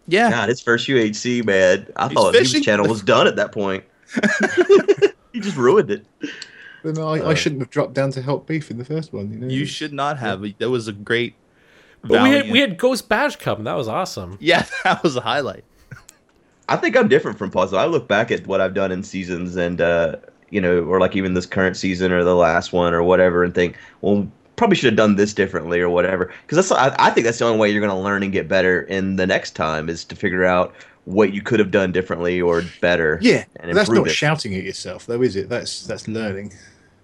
Speaker 2: yeah.
Speaker 5: God, his first UHC, man. I
Speaker 2: He's
Speaker 5: thought his
Speaker 2: fishing.
Speaker 5: channel was done at that
Speaker 2: [LAUGHS]
Speaker 5: point. [LAUGHS] he just ruined it.
Speaker 6: Then I, I shouldn't have dropped down to help beef in the first one. You know,
Speaker 2: You should not have. That was a great.
Speaker 4: But we had,
Speaker 2: valiant-
Speaker 4: we had Ghost Bash come. That was awesome.
Speaker 2: yeah, [LAUGHS] that was a highlight.
Speaker 5: I think I'm different from Puzzle. I look back at what I've done in seasons and, uh, you know, or like even this current season or the last one or whatever and think, well, probably should have done this differently or whatever. Because that's, I, I think that's the only way you're going to learn and get better in the next time is to figure out what you could have done differently or better.
Speaker 6: yeah.
Speaker 5: And
Speaker 6: but that's
Speaker 5: improve
Speaker 6: not
Speaker 5: it.
Speaker 6: shouting at yourself, though, is it? That's that's learning.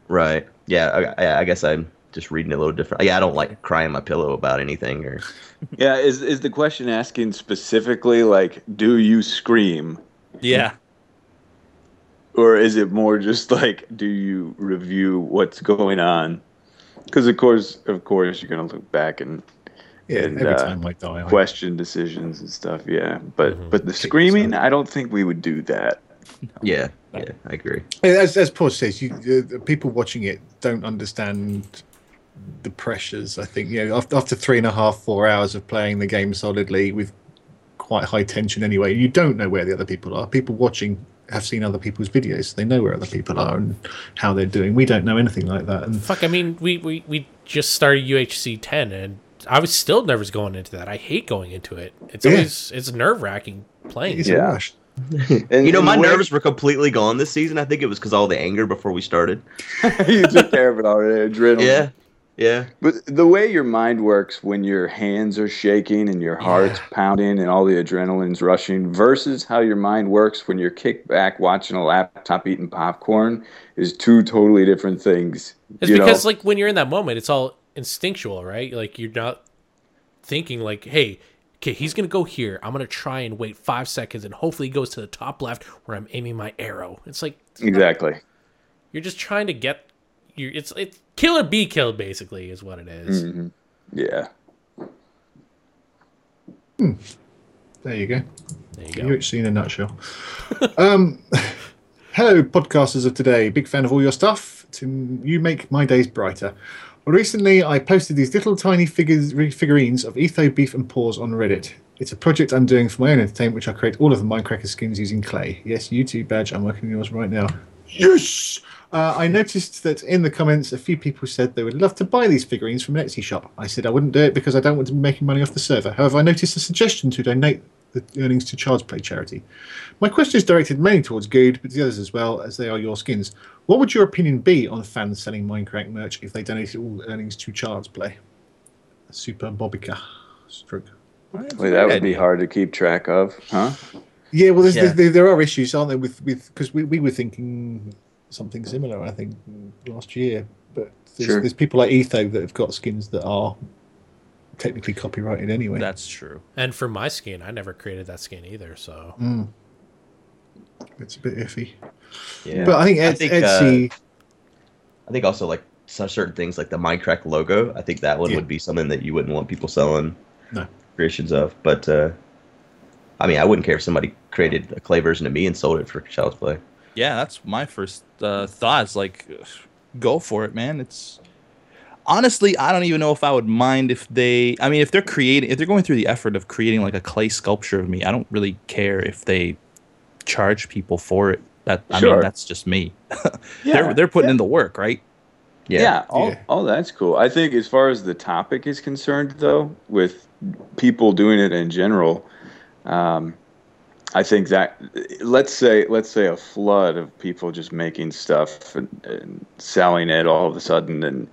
Speaker 5: Right. Yeah. I, I- I guess I'm just reading it a little different. Yeah. I don't like crying my pillow about anything or.
Speaker 8: Yeah, is is the question asking specifically like do you scream
Speaker 2: Yeah.
Speaker 8: or is it more just like do you review what's going on? Cuz of course of course you're going to look back and
Speaker 6: Yeah,
Speaker 3: And,
Speaker 6: every
Speaker 3: uh,
Speaker 6: time I die, I,
Speaker 3: question decisions and stuff. Yeah, but
Speaker 5: Mm-hmm.
Speaker 3: but the screaming, I don't think we would do
Speaker 8: [LAUGHS]
Speaker 3: that.
Speaker 5: Yeah, yeah, I agree.
Speaker 6: And as as Paul says, you, uh, the people watching it don't understand the pressures. I think you know after, after three and a half, four hours of playing the game solidly with quite high tension anyway, you don't know where the other people are. People watching have seen other people's videos; they know where other people are and how they're doing. We don't know anything like that, and
Speaker 4: Fuck, I mean, we, we, we just started UHC 10, and I was still nervous going into that. I hate going into it. It's
Speaker 6: Yeah.
Speaker 4: always it's nerve wracking playing.
Speaker 6: it's
Speaker 3: Yeah.
Speaker 6: a rush.
Speaker 3: And
Speaker 5: You know,
Speaker 3: and
Speaker 5: my
Speaker 3: where-
Speaker 5: nerves were completely gone this season. I think it was because all the anger before we started.
Speaker 3: [LAUGHS] you took care of it already. Adrenaline.
Speaker 5: Yeah, yeah,
Speaker 3: But the way your mind works when your hands are shaking and your heart's pounding and all the adrenaline's rushing versus how your mind works when you're kicked back watching a laptop eating popcorn is two totally different things.
Speaker 4: It's
Speaker 3: you
Speaker 4: because
Speaker 3: know?
Speaker 4: like when you're in that moment, it's all instinctual, right? Like you're not thinking like, "Hey, okay, he's gonna go here. I'm gonna try and wait five seconds, and hopefully he goes to the top left where I'm aiming my arrow." It's like
Speaker 3: exactly.
Speaker 4: you're just trying to get you. It's it's kill or be killed, basically, is what it is.
Speaker 5: Mm-hmm.
Speaker 3: Mhm. Yeah.
Speaker 6: There you go.
Speaker 4: There
Speaker 6: You
Speaker 4: you go.
Speaker 6: UHC in a nutshell. [LAUGHS] um, hello, podcasters of today. Big fan of all your stuff. To you make my days brighter. Well, recently I posted these little tiny figures, re- figurines of Etho Beef and Paws on Reddit. It's a project I'm doing for my own entertainment, which I create all of the Minecracker skins using clay. Yes, you too, Badge. I'm working on yours right now. Yes. Uh, I noticed that in the comments, a few people said they would love to buy these figurines from an Etsy shop. I said I wouldn't do it because I don't want to be making money off the server. However, I noticed a suggestion to donate the earnings to Child's Play charity. My question is directed mainly towards Good, but the others as well, as they are your skins. What would your opinion be on fans selling Minecraft merch if they donated all earnings to Child's Play? Super Bobica. Stroke.
Speaker 3: Wait, that would be hard to keep track of, huh?
Speaker 6: Yeah, well, there's,
Speaker 5: Yeah.
Speaker 6: There, there are issues, aren't there? With with because we, we were thinking something similar, I think, last year. But there's,
Speaker 3: Sure.
Speaker 6: there's people like Etho that have got skins that are technically copyrighted anyway.
Speaker 2: That's true.
Speaker 4: And for my skin, I never created that skin either. So
Speaker 6: Mm. It's a bit iffy.
Speaker 5: yeah.
Speaker 6: But I think,
Speaker 5: I
Speaker 6: Et-
Speaker 5: think, uh,
Speaker 6: Etsy.
Speaker 5: I think also like some certain things like the Minecraft logo. I think that one
Speaker 6: Yeah.
Speaker 5: would be something that you wouldn't want people selling
Speaker 6: No.
Speaker 5: creations of. But uh, I mean, I wouldn't care if somebody created a clay version of me and sold it for Child's Play.
Speaker 2: Yeah, that's my first uh, thoughts. Like, go for it, man. It's honestly, I don't even know if I would mind if they. I mean, if they're creating, if they're going through the effort of creating like a clay sculpture of me, I don't really care if they charge people for it. That I
Speaker 3: Sure.
Speaker 2: mean, that's just me.
Speaker 3: Yeah.
Speaker 2: they're they're putting in the work, right?
Speaker 5: Yeah.
Speaker 3: yeah, all,
Speaker 6: Yeah.
Speaker 3: all that's cool. I think as far as the topic is concerned, though, with people doing it in general, um, I think that let's say let's say a flood of people just making stuff and, and selling it all of a sudden, and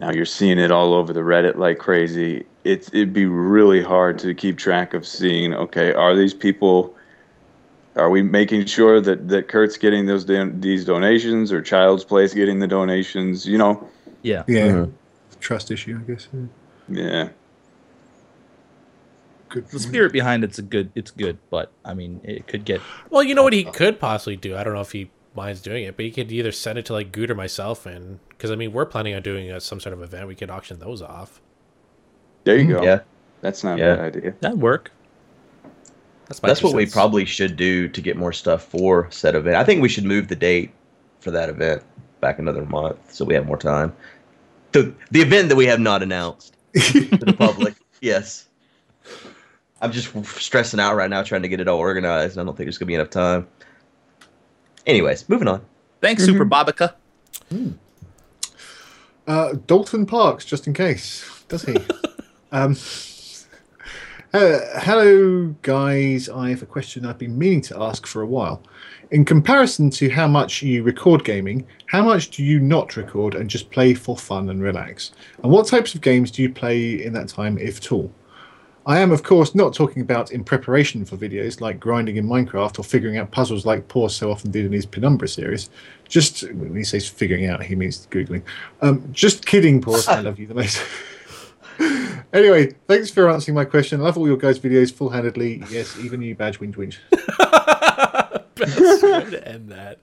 Speaker 3: now you're seeing it all over the Reddit like crazy. It's it'd be really hard to keep track of seeing. Okay, are these people? Are we making sure that that Kurt's getting those don- these donations or Child's Play's getting the donations? You know,
Speaker 2: Yeah.
Speaker 6: Yeah.
Speaker 5: mm-hmm.
Speaker 6: Trust issue, I guess. yeah.
Speaker 3: yeah.
Speaker 6: Good
Speaker 2: The
Speaker 3: Mm-hmm.
Speaker 6: point.
Speaker 2: spirit behind it's a good. It's good, but I mean, it could get.
Speaker 4: Well, you know what he
Speaker 5: Mm.
Speaker 4: could possibly do. I don't know if he minds doing it, but he could either send it to like Good or myself, and because I mean we're planning on doing a, some sort of event, we could auction those off.
Speaker 3: There you go.
Speaker 5: Hmm. Yeah.
Speaker 3: That's not
Speaker 5: Yeah.
Speaker 3: a bad idea.
Speaker 2: That work.
Speaker 4: That's my
Speaker 5: That's
Speaker 4: two
Speaker 5: what we
Speaker 4: cents.
Speaker 5: probably should do to get more stuff for said event. I think we should move the date for that event back another month so we have more time. The the event that we have not announced to the
Speaker 4: [LAUGHS]
Speaker 5: public. Yes. I'm just stressing out right now trying to get it all organized. and I don't think there's going to be enough time. Anyways, moving on.
Speaker 2: Thanks,
Speaker 3: Mm-hmm.
Speaker 2: Super Babica.
Speaker 6: Uh, Dalton Parks, just in case. Does he? um, uh, hello, guys. I have a question I've been meaning to ask for a while. In comparison to how much you record gaming, how much do you not record and just play for fun and relax? And what types of games do you play in that time, if at all? I am, of course, not talking about in preparation for videos like grinding in Minecraft or figuring out puzzles like Paw so often did in his Penumbra series. Just when he says figuring out, he means googling. Um, just kidding, Paw. I love you the most. [LAUGHS] anyway, thanks for answering my question. I love all your guys' videos full-handedly. Yes, even you, Badge Winch Winch.
Speaker 4: Best way to end that.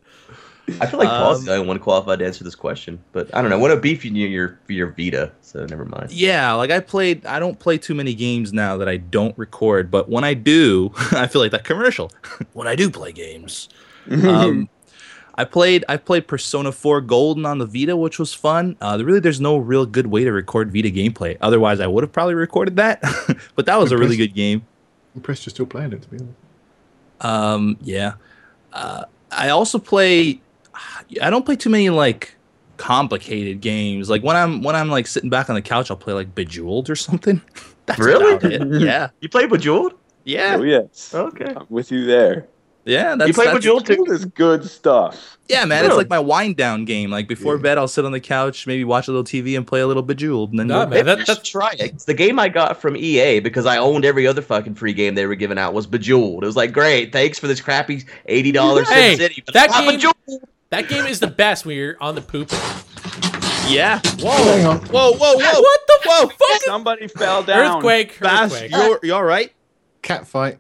Speaker 5: I feel like
Speaker 4: Um,
Speaker 5: Paul's the only one qualified to answer this question, but I don't know. What a beef you knew your your Vita, so never mind.
Speaker 2: Yeah, like I played. I don't play too many games now that I don't record, but when I do, [LAUGHS] I feel like that commercial. [LAUGHS] when I do play games, um, I played. I played Persona 4 Golden on the Vita, which was fun. Uh, there- really, there's no real good way to record Vita gameplay. Otherwise, I would have probably recorded that. [LAUGHS] but that was a really good game.
Speaker 6: impressed you're still playing it, to be honest.
Speaker 2: Um, yeah. Uh, I also play. I don't play too many like complicated games. Like when I'm when I'm like sitting back on the couch, I'll play like Bejeweled or something. [LAUGHS] That's
Speaker 5: Really?
Speaker 2: about it. Yeah,
Speaker 5: You played Bejeweled?
Speaker 2: yeah,
Speaker 3: Oh yes,
Speaker 5: Okay.
Speaker 3: I'm with you there.
Speaker 2: yeah. That's,
Speaker 5: you played
Speaker 2: that's-
Speaker 5: Bejeweled too?
Speaker 3: This is good stuff.
Speaker 2: Yeah, man. It's
Speaker 5: Really?
Speaker 2: like my wind down game. Like before bed, I'll sit on the couch, maybe watch a little TV, and play a little Bejeweled, and then
Speaker 4: Nah,
Speaker 2: go-
Speaker 4: man, that,
Speaker 5: Maybe I should
Speaker 4: that's
Speaker 5: try it. It's the game I got from EA because I owned every other fucking free game they were giving out was Bejeweled. It was like, great, thanks for this crappy eighty dollars
Speaker 4: Hey,
Speaker 5: city. But
Speaker 4: that
Speaker 5: I'm
Speaker 4: game-
Speaker 5: Bejeweled.
Speaker 4: that game is the best when you're on the poop.
Speaker 2: yeah.
Speaker 4: Whoa! Whoa!
Speaker 2: Whoa, whoa, whoa!
Speaker 4: [LAUGHS] What the whoa,
Speaker 3: [LAUGHS]
Speaker 4: fuck?
Speaker 3: Somebody fell down.
Speaker 4: Earthquake!
Speaker 2: Bass,
Speaker 4: Earthquake!
Speaker 2: you're you all right?
Speaker 6: Cat fight.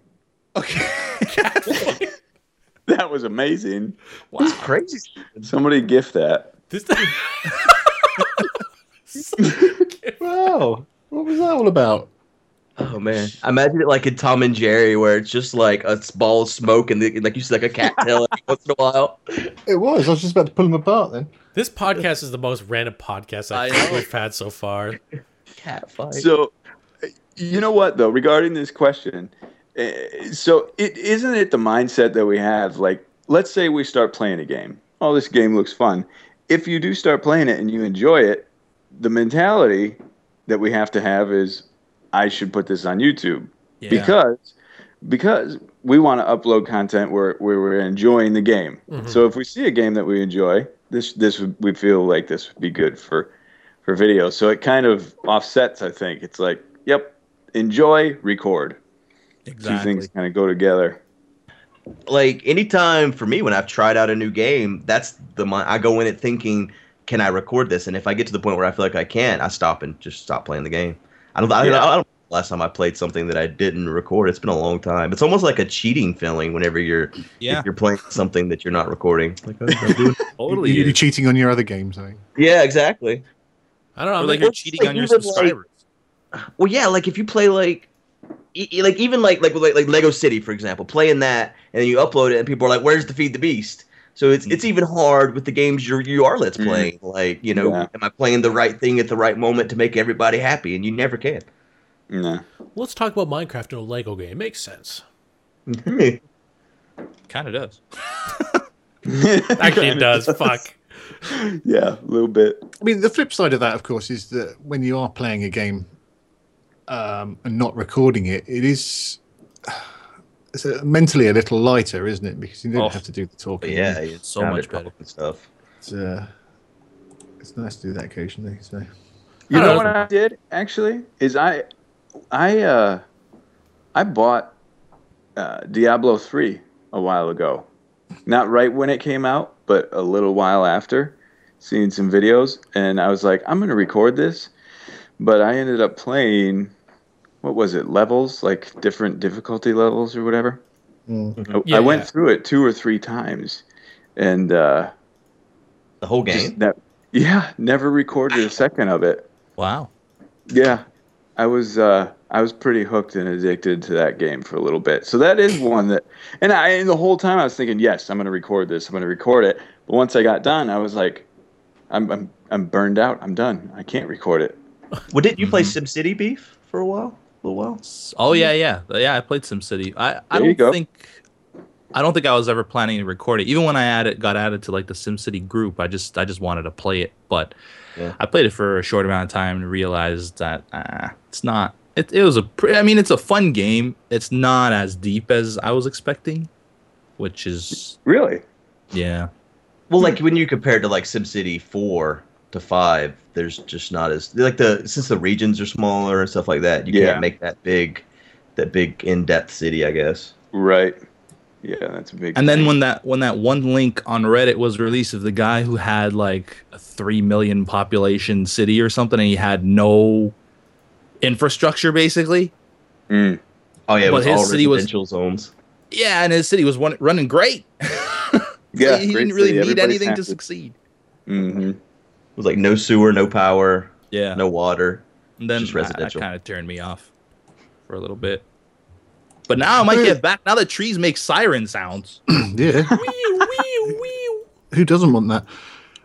Speaker 2: Okay.
Speaker 4: [LAUGHS]
Speaker 2: [LAUGHS]
Speaker 3: That was amazing.
Speaker 5: It's crazy.
Speaker 3: Somebody gift that.
Speaker 4: This- [LAUGHS]
Speaker 6: Wow. What was that all about?
Speaker 5: Oh man, imagine it like in Tom and Jerry where it's just like a s- ball of smoke and the, like you see like a cat tail every [LAUGHS] once in a while.
Speaker 6: It was. I was just about to pull them apart then.
Speaker 4: this podcast is the most random podcast
Speaker 2: I
Speaker 4: I think we've had so far.
Speaker 5: Cat fight.
Speaker 3: So, you know what though, regarding this question, eh, so it isn't it the mindset that we have. Like, let's say we start playing a game. Oh, this game looks fun. If you do start playing it and you enjoy it, the mentality that we have to have is, I should put this on YouTube
Speaker 2: Yeah.
Speaker 3: because because we want to upload content where, where we're enjoying the game.
Speaker 2: Mm-hmm.
Speaker 4: Mhm.
Speaker 3: So if we see a game that we enjoy, this this would- we feel like this would be good for for video. So it kind of offsets. I think it's like, yep, enjoy, record. Two
Speaker 2: exactly.
Speaker 3: things kind of go together.
Speaker 5: like anytime for me when I've tried out a new game, that's the mi- I go in it thinking, can I record this? And if I get to the point where I feel like I can, I stop and just stop playing the game. I don't. I, don't-
Speaker 3: Yeah.
Speaker 5: I don't. Last time I played something that I didn't record, it's been a long time. It's almost like a cheating feeling whenever you're
Speaker 2: Yeah,
Speaker 5: if you're playing something that you're not recording. It's Like, oh, I'm doing-
Speaker 2: totally.
Speaker 6: You'd be
Speaker 2: is.
Speaker 6: cheating on your other games, I think.
Speaker 5: yeah, exactly.
Speaker 4: I don't know.
Speaker 2: Or
Speaker 4: I'm
Speaker 2: like
Speaker 4: like,
Speaker 2: you're cheating on your
Speaker 5: Even like-
Speaker 2: subscribers.
Speaker 5: Well, yeah, like if you play like. e- e- Like even like, like like like Lego City for example, playing that and then you upload it and people are like, "Where's the feed the beast?" So it's it's even hard with the games you're you are let's
Speaker 3: Mm.
Speaker 5: playing. Like you know,
Speaker 3: Yeah.
Speaker 5: am I playing the right thing at the right moment to make everybody happy? And you never can.
Speaker 3: Yeah.
Speaker 4: let's talk about Minecraft in a Lego game. makes
Speaker 5: [LAUGHS]
Speaker 4: sense.
Speaker 2: Kind of does.
Speaker 4: Actually, it does. Fuck.
Speaker 3: yeah, a little bit.
Speaker 6: I mean, the flip side of that, of course, is that when you are playing a game um, and not recording it, it is it's uh mentally a little lighter, isn't it? Because you don't
Speaker 2: Oh.
Speaker 6: have to do the
Speaker 5: But
Speaker 6: talking.
Speaker 5: yeah, you
Speaker 2: So
Speaker 5: sound
Speaker 2: much
Speaker 5: it
Speaker 2: better.
Speaker 5: and stuff.
Speaker 6: it's, uh, it's nice to do that occasionally. So
Speaker 3: You
Speaker 4: I
Speaker 3: know
Speaker 4: don't
Speaker 3: what
Speaker 4: know.
Speaker 3: I did actually is I, I, uh, I bought uh, Diablo three a while ago, not right when it came out, but a little while after, seeing some videos, and I was like, I'm gonna record this, but I ended up playing, what was it, levels like different difficulty levels or whatever. I,
Speaker 4: Yeah,
Speaker 3: I went
Speaker 4: yeah.
Speaker 3: through it two or three times, and uh,
Speaker 5: The whole
Speaker 3: just
Speaker 5: game.
Speaker 3: ne- yeah, never recorded a second of it.
Speaker 2: Wow.
Speaker 3: Yeah, I was uh, I was pretty hooked and addicted to that game for a little bit. So that is one that, and I and the whole time I was thinking, yes, I'm going to record this, I'm going to record it. But once I got done, I was like, I'm I'm I'm burned out. I'm done. I can't record it.
Speaker 5: Well, didn't you play SimCity Beef for a while? A little while.
Speaker 2: Oh yeah, yeah, yeah. I played SimCity. I I
Speaker 3: There you
Speaker 2: don't
Speaker 3: go.
Speaker 2: think I don't think I was ever planning to record it. Even when I added got added to like the SimCity group, I just I just wanted to play it. But
Speaker 5: Yeah.
Speaker 2: I played it for a short amount of time and realized that uh, it's not. It, it was a. Pre- I mean, it's a fun game. It's not as deep as I was expecting, which is
Speaker 3: Really?
Speaker 2: yeah.
Speaker 5: Well, like when you compare it to like SimCity four to five, there's just not as like the since the regions are smaller and stuff like that, you
Speaker 3: Yeah.
Speaker 5: can't make that big, that big in depth city, I guess.
Speaker 3: Right. Yeah, that's a big.
Speaker 2: And then
Speaker 3: thing.
Speaker 2: when that when that one link on Reddit was released of the guy who had like a three million population city or something, and he had no infrastructure basically.
Speaker 3: Mm.
Speaker 5: Oh yeah, it
Speaker 2: But
Speaker 5: was
Speaker 2: his
Speaker 5: all
Speaker 2: city was-
Speaker 5: residential zones.
Speaker 2: Yeah, and his city was one, running great.
Speaker 8: Yeah,
Speaker 2: he
Speaker 8: great
Speaker 2: didn't really
Speaker 8: city.
Speaker 2: need
Speaker 8: Everybody's
Speaker 2: anything
Speaker 8: happy.
Speaker 2: to succeed.
Speaker 8: hmm
Speaker 5: It was like no sewer, no power,
Speaker 2: Yeah.
Speaker 5: no water.
Speaker 2: And then
Speaker 5: Just
Speaker 2: I-
Speaker 5: residential.
Speaker 2: that kind of turned me off for a little bit. But now I might get back. Now that trees make siren
Speaker 4: [LAUGHS]
Speaker 2: sounds.
Speaker 6: Yeah. [LAUGHS] Who doesn't want that?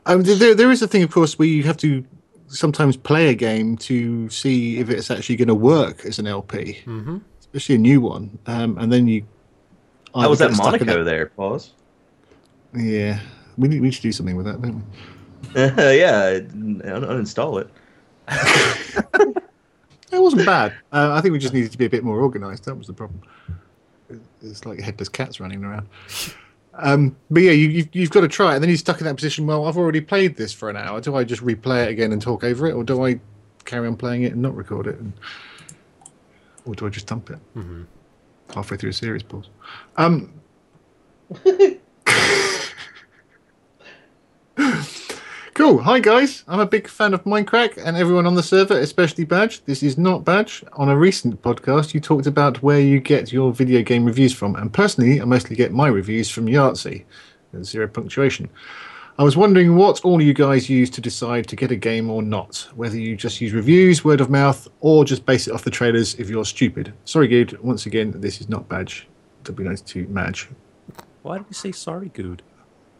Speaker 6: Um, th- there, there is a thing, of course, where you have to sometimes play a game to see if it's actually going to work as an LP,
Speaker 4: Mm-hmm.
Speaker 6: especially a new one. Um, and then Oh, you.
Speaker 5: I was
Speaker 6: either
Speaker 5: at
Speaker 6: get stuck in
Speaker 5: Monaco there. Pause.
Speaker 6: it- Yeah. We need, we should do something with that, don't we?
Speaker 5: [LAUGHS] yeah, un- uninstall it.
Speaker 6: It wasn't bad. Uh, I think we just needed to be a bit more organised. That was the problem. It's like headless cats running around. Um, but yeah, you, you've, you've got to try it. And then you're stuck in that position. Well, I've already played this for an hour. Do I just replay it again and talk over it, or do I carry on playing it and not record it, and, or do I just dump it halfway through a series? Pause. Um, Cool. Hi guys. I'm a big fan of Minecraft and everyone on the server, especially Badge. This is not Badge. On a recent podcast, you talked about where you get your video game reviews from, and personally, I mostly get my reviews from Yahtzee. There's zero punctuation. I was wondering what all you guys use to decide to get a game or not. Whether you just use reviews, word of mouth, or just base it off the trailers if you're stupid. Sorry, Good. Once again, this is not Badge. W92 Madge.
Speaker 2: Why did you say sorry, good?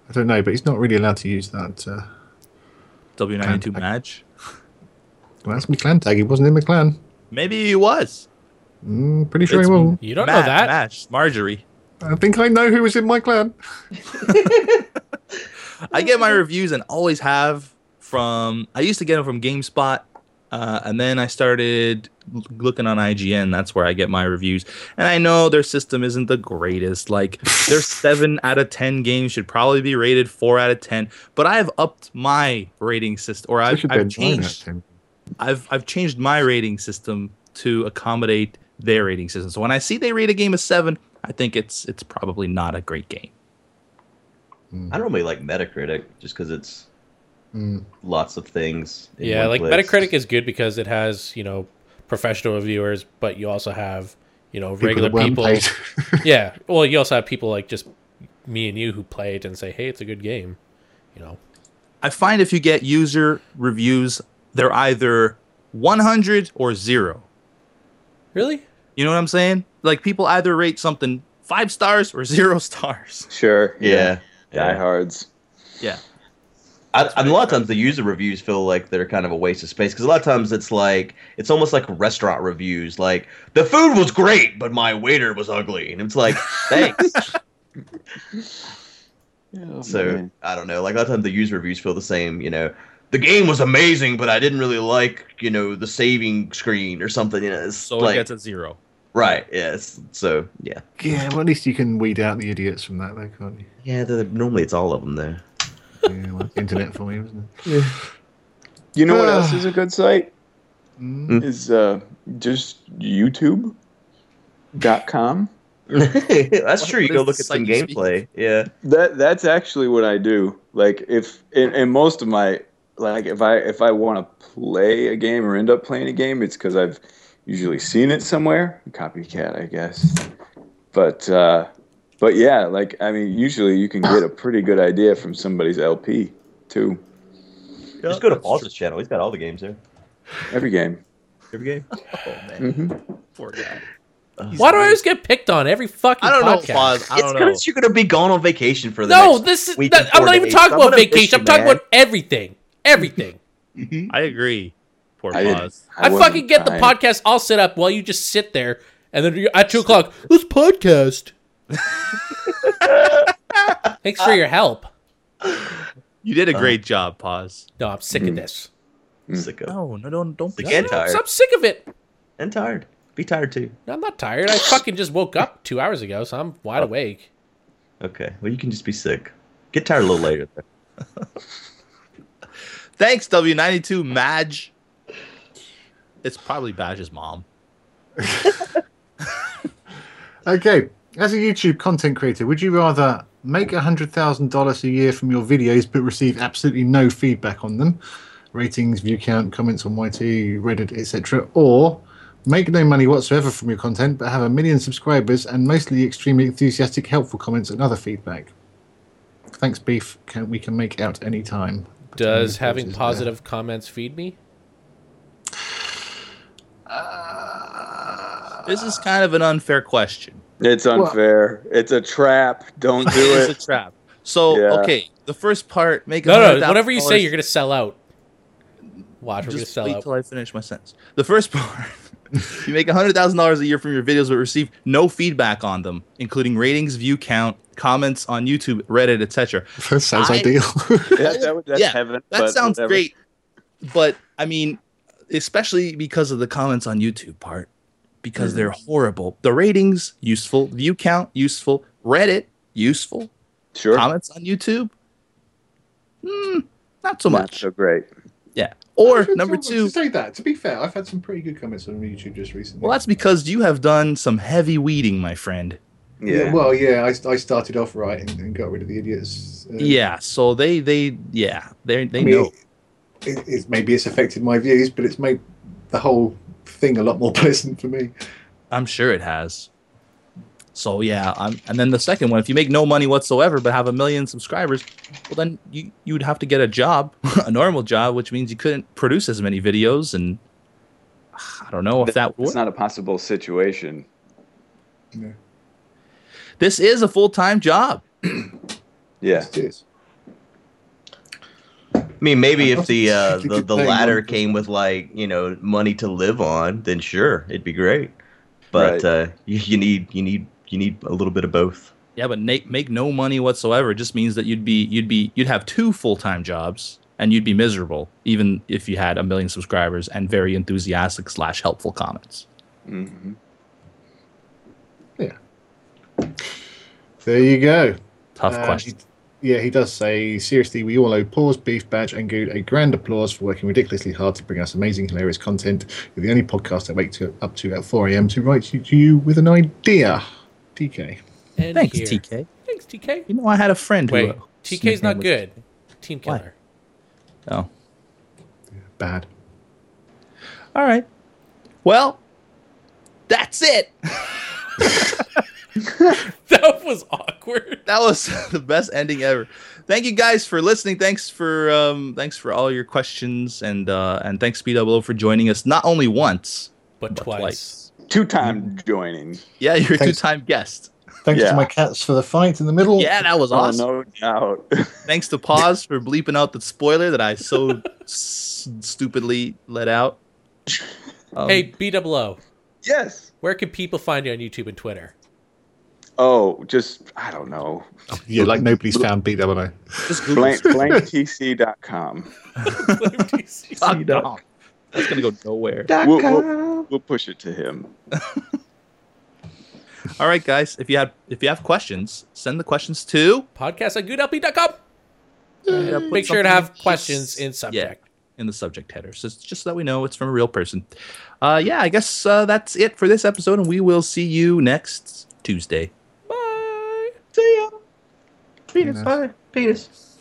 Speaker 6: I don't know, but he's not really allowed to use that. Uh,
Speaker 2: W92
Speaker 8: [LAUGHS]
Speaker 6: Can't-
Speaker 2: match?
Speaker 6: well, that's McClan tag. He wasn't in McClan.
Speaker 2: Maybe he was.
Speaker 6: Mm, pretty sure
Speaker 2: It's-
Speaker 6: he will.
Speaker 4: You don't know
Speaker 2: Matt-
Speaker 4: that.
Speaker 2: Match, Marjorie.
Speaker 6: I think I know who was in my clan.
Speaker 2: I get my reviews and always have from. I used to get them from GameSpot, uh, and then I started l- looking on IGN. That's where I get my reviews. And I know their system isn't the greatest. Like their seven out of ten games should probably be rated four out of ten. But I've upped my rating system, or I've, I've changed. I've I've changed my rating system to accommodate their rating system. So when I see they rate a game a seven, I think it's it's probably not a great game.
Speaker 5: I don't really like Metacritic just because it's
Speaker 6: Mm.
Speaker 5: lots of things. in
Speaker 4: Yeah,
Speaker 5: one
Speaker 4: like
Speaker 5: place.
Speaker 4: Metacritic is good because it has you know professional reviewers, but you also have you know regular people. [LAUGHS] yeah, well, you also have people like just me and you who play it and say, "Hey, it's a good game," you know.
Speaker 2: I find if you get user reviews, they're either 100 or zero.
Speaker 4: Really?
Speaker 2: You know what I'm saying? Like people either rate something five stars or [LAUGHS] zero stars.
Speaker 8: Sure.
Speaker 5: Yeah.
Speaker 8: Diehards.
Speaker 2: Yeah.
Speaker 5: I, and a lot of times the user reviews feel like they're kind of a waste of space because a lot of times it's like it's almost like restaurant reviews. Like the food was great, but my waiter was ugly, and it's like thanks. so
Speaker 8: Oh, man.
Speaker 5: I don't know. Like a lot of times the user reviews feel the same. You know, the game was amazing, but I didn't really like you know the saving screen or something. You know, it's
Speaker 2: So
Speaker 5: like
Speaker 2: it gets a zero.
Speaker 5: right. Yes. so yeah.
Speaker 6: [LAUGHS] Yeah, well, at least you can weed out the idiots from that, though, can't you?
Speaker 5: Yeah. the- Normally it's all of them there.
Speaker 6: Yeah, well, it's the internet for me, isn't it?
Speaker 8: You know what
Speaker 6: Ah.
Speaker 8: else is a good site?
Speaker 6: Mm.
Speaker 8: Is uh just YouTube.com.
Speaker 5: [LAUGHS] That's true. You
Speaker 2: what
Speaker 5: go
Speaker 2: is
Speaker 5: look
Speaker 2: the
Speaker 5: at some
Speaker 2: site you speak
Speaker 5: gameplay. Yeah.
Speaker 8: That that's actually what I do. Like if in, in most of my like if I if I want to play a game or end up playing a game, it's because I've usually seen it somewhere. Copycat, I guess. But uh, but yeah, like I mean, usually you can get a pretty good idea from somebody's LP too.
Speaker 5: Just go to Paul's channel. He's got all the games there.
Speaker 8: Every game.
Speaker 5: Every game.
Speaker 2: Poor guy.
Speaker 4: Why do I always get picked on every fucking?
Speaker 2: I don't know,
Speaker 4: podcast?
Speaker 2: Pause. I
Speaker 5: It's
Speaker 2: don't know.
Speaker 5: because you're gonna be gone on vacation for the
Speaker 4: No,
Speaker 5: next
Speaker 4: this is.
Speaker 5: week
Speaker 4: Not,
Speaker 5: and
Speaker 4: I'm
Speaker 5: four
Speaker 4: not even
Speaker 5: days.
Speaker 4: talking
Speaker 5: I'm
Speaker 4: about
Speaker 5: gonna miss
Speaker 4: vacation.
Speaker 5: you,
Speaker 4: I'm talking
Speaker 5: man.
Speaker 4: about everything. Everything.
Speaker 2: I agree. Poor
Speaker 8: I didn't-
Speaker 2: Pause.
Speaker 4: I,
Speaker 8: wasn't
Speaker 4: fucking get the
Speaker 8: trying.
Speaker 4: podcast all set up while you just sit there, and then you're at two o'clock. This podcast. Thanks for your help.
Speaker 2: You
Speaker 8: Uh-huh.
Speaker 2: did a great job, Pause.
Speaker 4: No, I'm sick of this.
Speaker 5: Sicko.
Speaker 2: No, no, don't, don't.
Speaker 5: Sick
Speaker 4: No,
Speaker 5: and
Speaker 4: no, I'm-
Speaker 5: tired.
Speaker 4: I'm sick of it.
Speaker 5: And tired. Be tired too.
Speaker 4: No, I'm not tired. I fucking just woke up two hours ago, so I'm wide awake.
Speaker 5: Okay. Well, you can just be sick. Get tired a little later. though.
Speaker 2: Thanks, W92 Madge. It's probably Badge's mom.
Speaker 6: Okay, as a YouTube content creator, would you rather make $100,000 a year from your videos but receive absolutely no feedback on them? Ratings, view count, comments on YT, Reddit, etc. Or make no money whatsoever from your content but have a million subscribers and mostly extremely enthusiastic, helpful comments and other feedback? Thanks, beef. Can, we can make out any time. [LAUGHS]
Speaker 4: Does
Speaker 6: Between
Speaker 4: having
Speaker 6: pauses
Speaker 4: positive comments feed me?
Speaker 2: This is kind of an unfair question.
Speaker 8: It's unfair. it's a trap. Don't
Speaker 2: [LAUGHS]
Speaker 8: do
Speaker 2: It's a
Speaker 8: it.
Speaker 2: trap. So
Speaker 8: Yeah.
Speaker 2: okay, the first part make
Speaker 4: No, no.
Speaker 2: $100,000
Speaker 4: Whatever you say, you're gonna sell out. Watch, we're gonna
Speaker 2: just
Speaker 4: sell
Speaker 2: wait
Speaker 4: out.
Speaker 2: till I finish my sentence. The first [LAUGHS] part, you make hundred thousand dollars a year from your videos, but receive no feedback on them, including ratings, view count, comments on YouTube, Reddit, etc.
Speaker 6: That sounds
Speaker 2: I-
Speaker 6: ideal.
Speaker 8: Yeah, that, would- that's
Speaker 2: yeah,
Speaker 8: heaven,
Speaker 2: That
Speaker 8: but
Speaker 2: sounds
Speaker 8: whatever.
Speaker 2: great, but I mean, especially because of the comments on YouTube part,
Speaker 8: Mm-hmm.
Speaker 2: because they're horrible. The ratings useful, view count useful, Reddit useful,
Speaker 8: Sure.
Speaker 2: comments on YouTube, Hmm, not so
Speaker 8: Not
Speaker 2: much.
Speaker 8: so great.
Speaker 2: Yeah.
Speaker 6: [LAUGHS]
Speaker 2: Or number two,
Speaker 6: To say that, to be fair, I've had some pretty good comments on YouTube just recently.
Speaker 2: Well, that's because you have done some heavy weeding, my friend.
Speaker 8: Yeah.
Speaker 6: well, yeah, I, I started off right and, and got rid of the idiots. uh,
Speaker 2: Yeah. So they, they, yeah, they, they
Speaker 6: I mean,
Speaker 2: know.
Speaker 6: It, it's, maybe it's affected my views, but it's made the whole thing a lot more [LAUGHS] pleasant for me.
Speaker 2: I'm sure it has. So yeah, I'm, and then the second one, if you make no money whatsoever but have a million subscribers, well then you you would have to get a job, [LAUGHS] a normal job, which means you couldn't produce as many videos, and [SIGHS] I don't know if that
Speaker 8: It's
Speaker 2: would.
Speaker 8: not a possible situation.
Speaker 2: this is a full time job.
Speaker 8: Yeah.
Speaker 6: It is.
Speaker 5: I mean, maybe
Speaker 6: I
Speaker 5: if the
Speaker 6: don't
Speaker 5: uh,
Speaker 6: think
Speaker 5: the,
Speaker 6: it's
Speaker 5: the
Speaker 6: paying
Speaker 5: latter
Speaker 6: one-
Speaker 5: came with like you know money to live on, then sure, it'd be great. But
Speaker 8: Right.
Speaker 5: uh, you, you need you need you need a little bit of both.
Speaker 2: Yeah, but make make no money whatsoever just means that you'd be you'd be you'd have two full time jobs and you'd be miserable even if you had a million subscribers and very enthusiastic slash helpful comments.
Speaker 8: hmm
Speaker 6: There you go.
Speaker 2: Tough
Speaker 6: Uh,
Speaker 2: question.
Speaker 6: he- yeah, he does say, seriously, we all owe Paws, Beef, Badge, and Good a grand applause for working ridiculously hard to bring us amazing, hilarious content. You're the only podcast I wake to, up to at 4 a.m. to write to you with an idea. TK.
Speaker 4: And
Speaker 2: Thanks,
Speaker 4: here.
Speaker 2: TK.
Speaker 4: Thanks, TK.
Speaker 2: You know I had a friend who
Speaker 4: Wait,
Speaker 2: uh, whose
Speaker 4: TK's not
Speaker 2: nickname
Speaker 4: good. Team
Speaker 2: Why?
Speaker 4: killer. [LAUGHS]
Speaker 2: was- Oh.
Speaker 6: Bad.
Speaker 2: All right. Well, that's it. [LAUGHS]
Speaker 4: That was awkward.
Speaker 2: That was [LAUGHS] the best ending ever. Thank you guys for listening. Thanks for um thanks for all your questions and uh and thanks B00 for joining us not only once
Speaker 4: But
Speaker 2: but
Speaker 4: twice.
Speaker 2: twice.
Speaker 8: Two time joining.
Speaker 2: Yeah, you're a
Speaker 6: Thanks.
Speaker 2: two-time guest.
Speaker 6: Thanks
Speaker 8: Yeah.
Speaker 6: to my cats for the fight in the middle.
Speaker 2: Yeah, that was awesome.
Speaker 8: Oh, no doubt. [LAUGHS]
Speaker 2: Thanks to Pause for bleeping out the spoiler that I so [LAUGHS] s- stupidly let out. Um,
Speaker 4: Hey, BWO,
Speaker 8: yes.
Speaker 4: where can people find you on YouTube and Twitter?
Speaker 8: Oh, just, I don't know.
Speaker 6: Yeah, like nobody's found BWO.
Speaker 2: just Google
Speaker 8: Blank, blanktc.com.
Speaker 2: Stop Dom. That's gonna go nowhere.
Speaker 8: We'll, we'll, we'll push it to him.
Speaker 2: All right, guys. If you had if you have questions, send the questions to
Speaker 4: Podcast at goodlp.com.
Speaker 2: Yeah, put
Speaker 4: Make sure
Speaker 2: something
Speaker 4: to have
Speaker 2: in-
Speaker 4: questions in subject.
Speaker 2: in the subject header. So it's just so that we know it's from a real person. Uh, yeah, I guess uh, that's it for this episode, and we will see you next Tuesday.
Speaker 4: Bye.
Speaker 5: Penis, bye. Penis.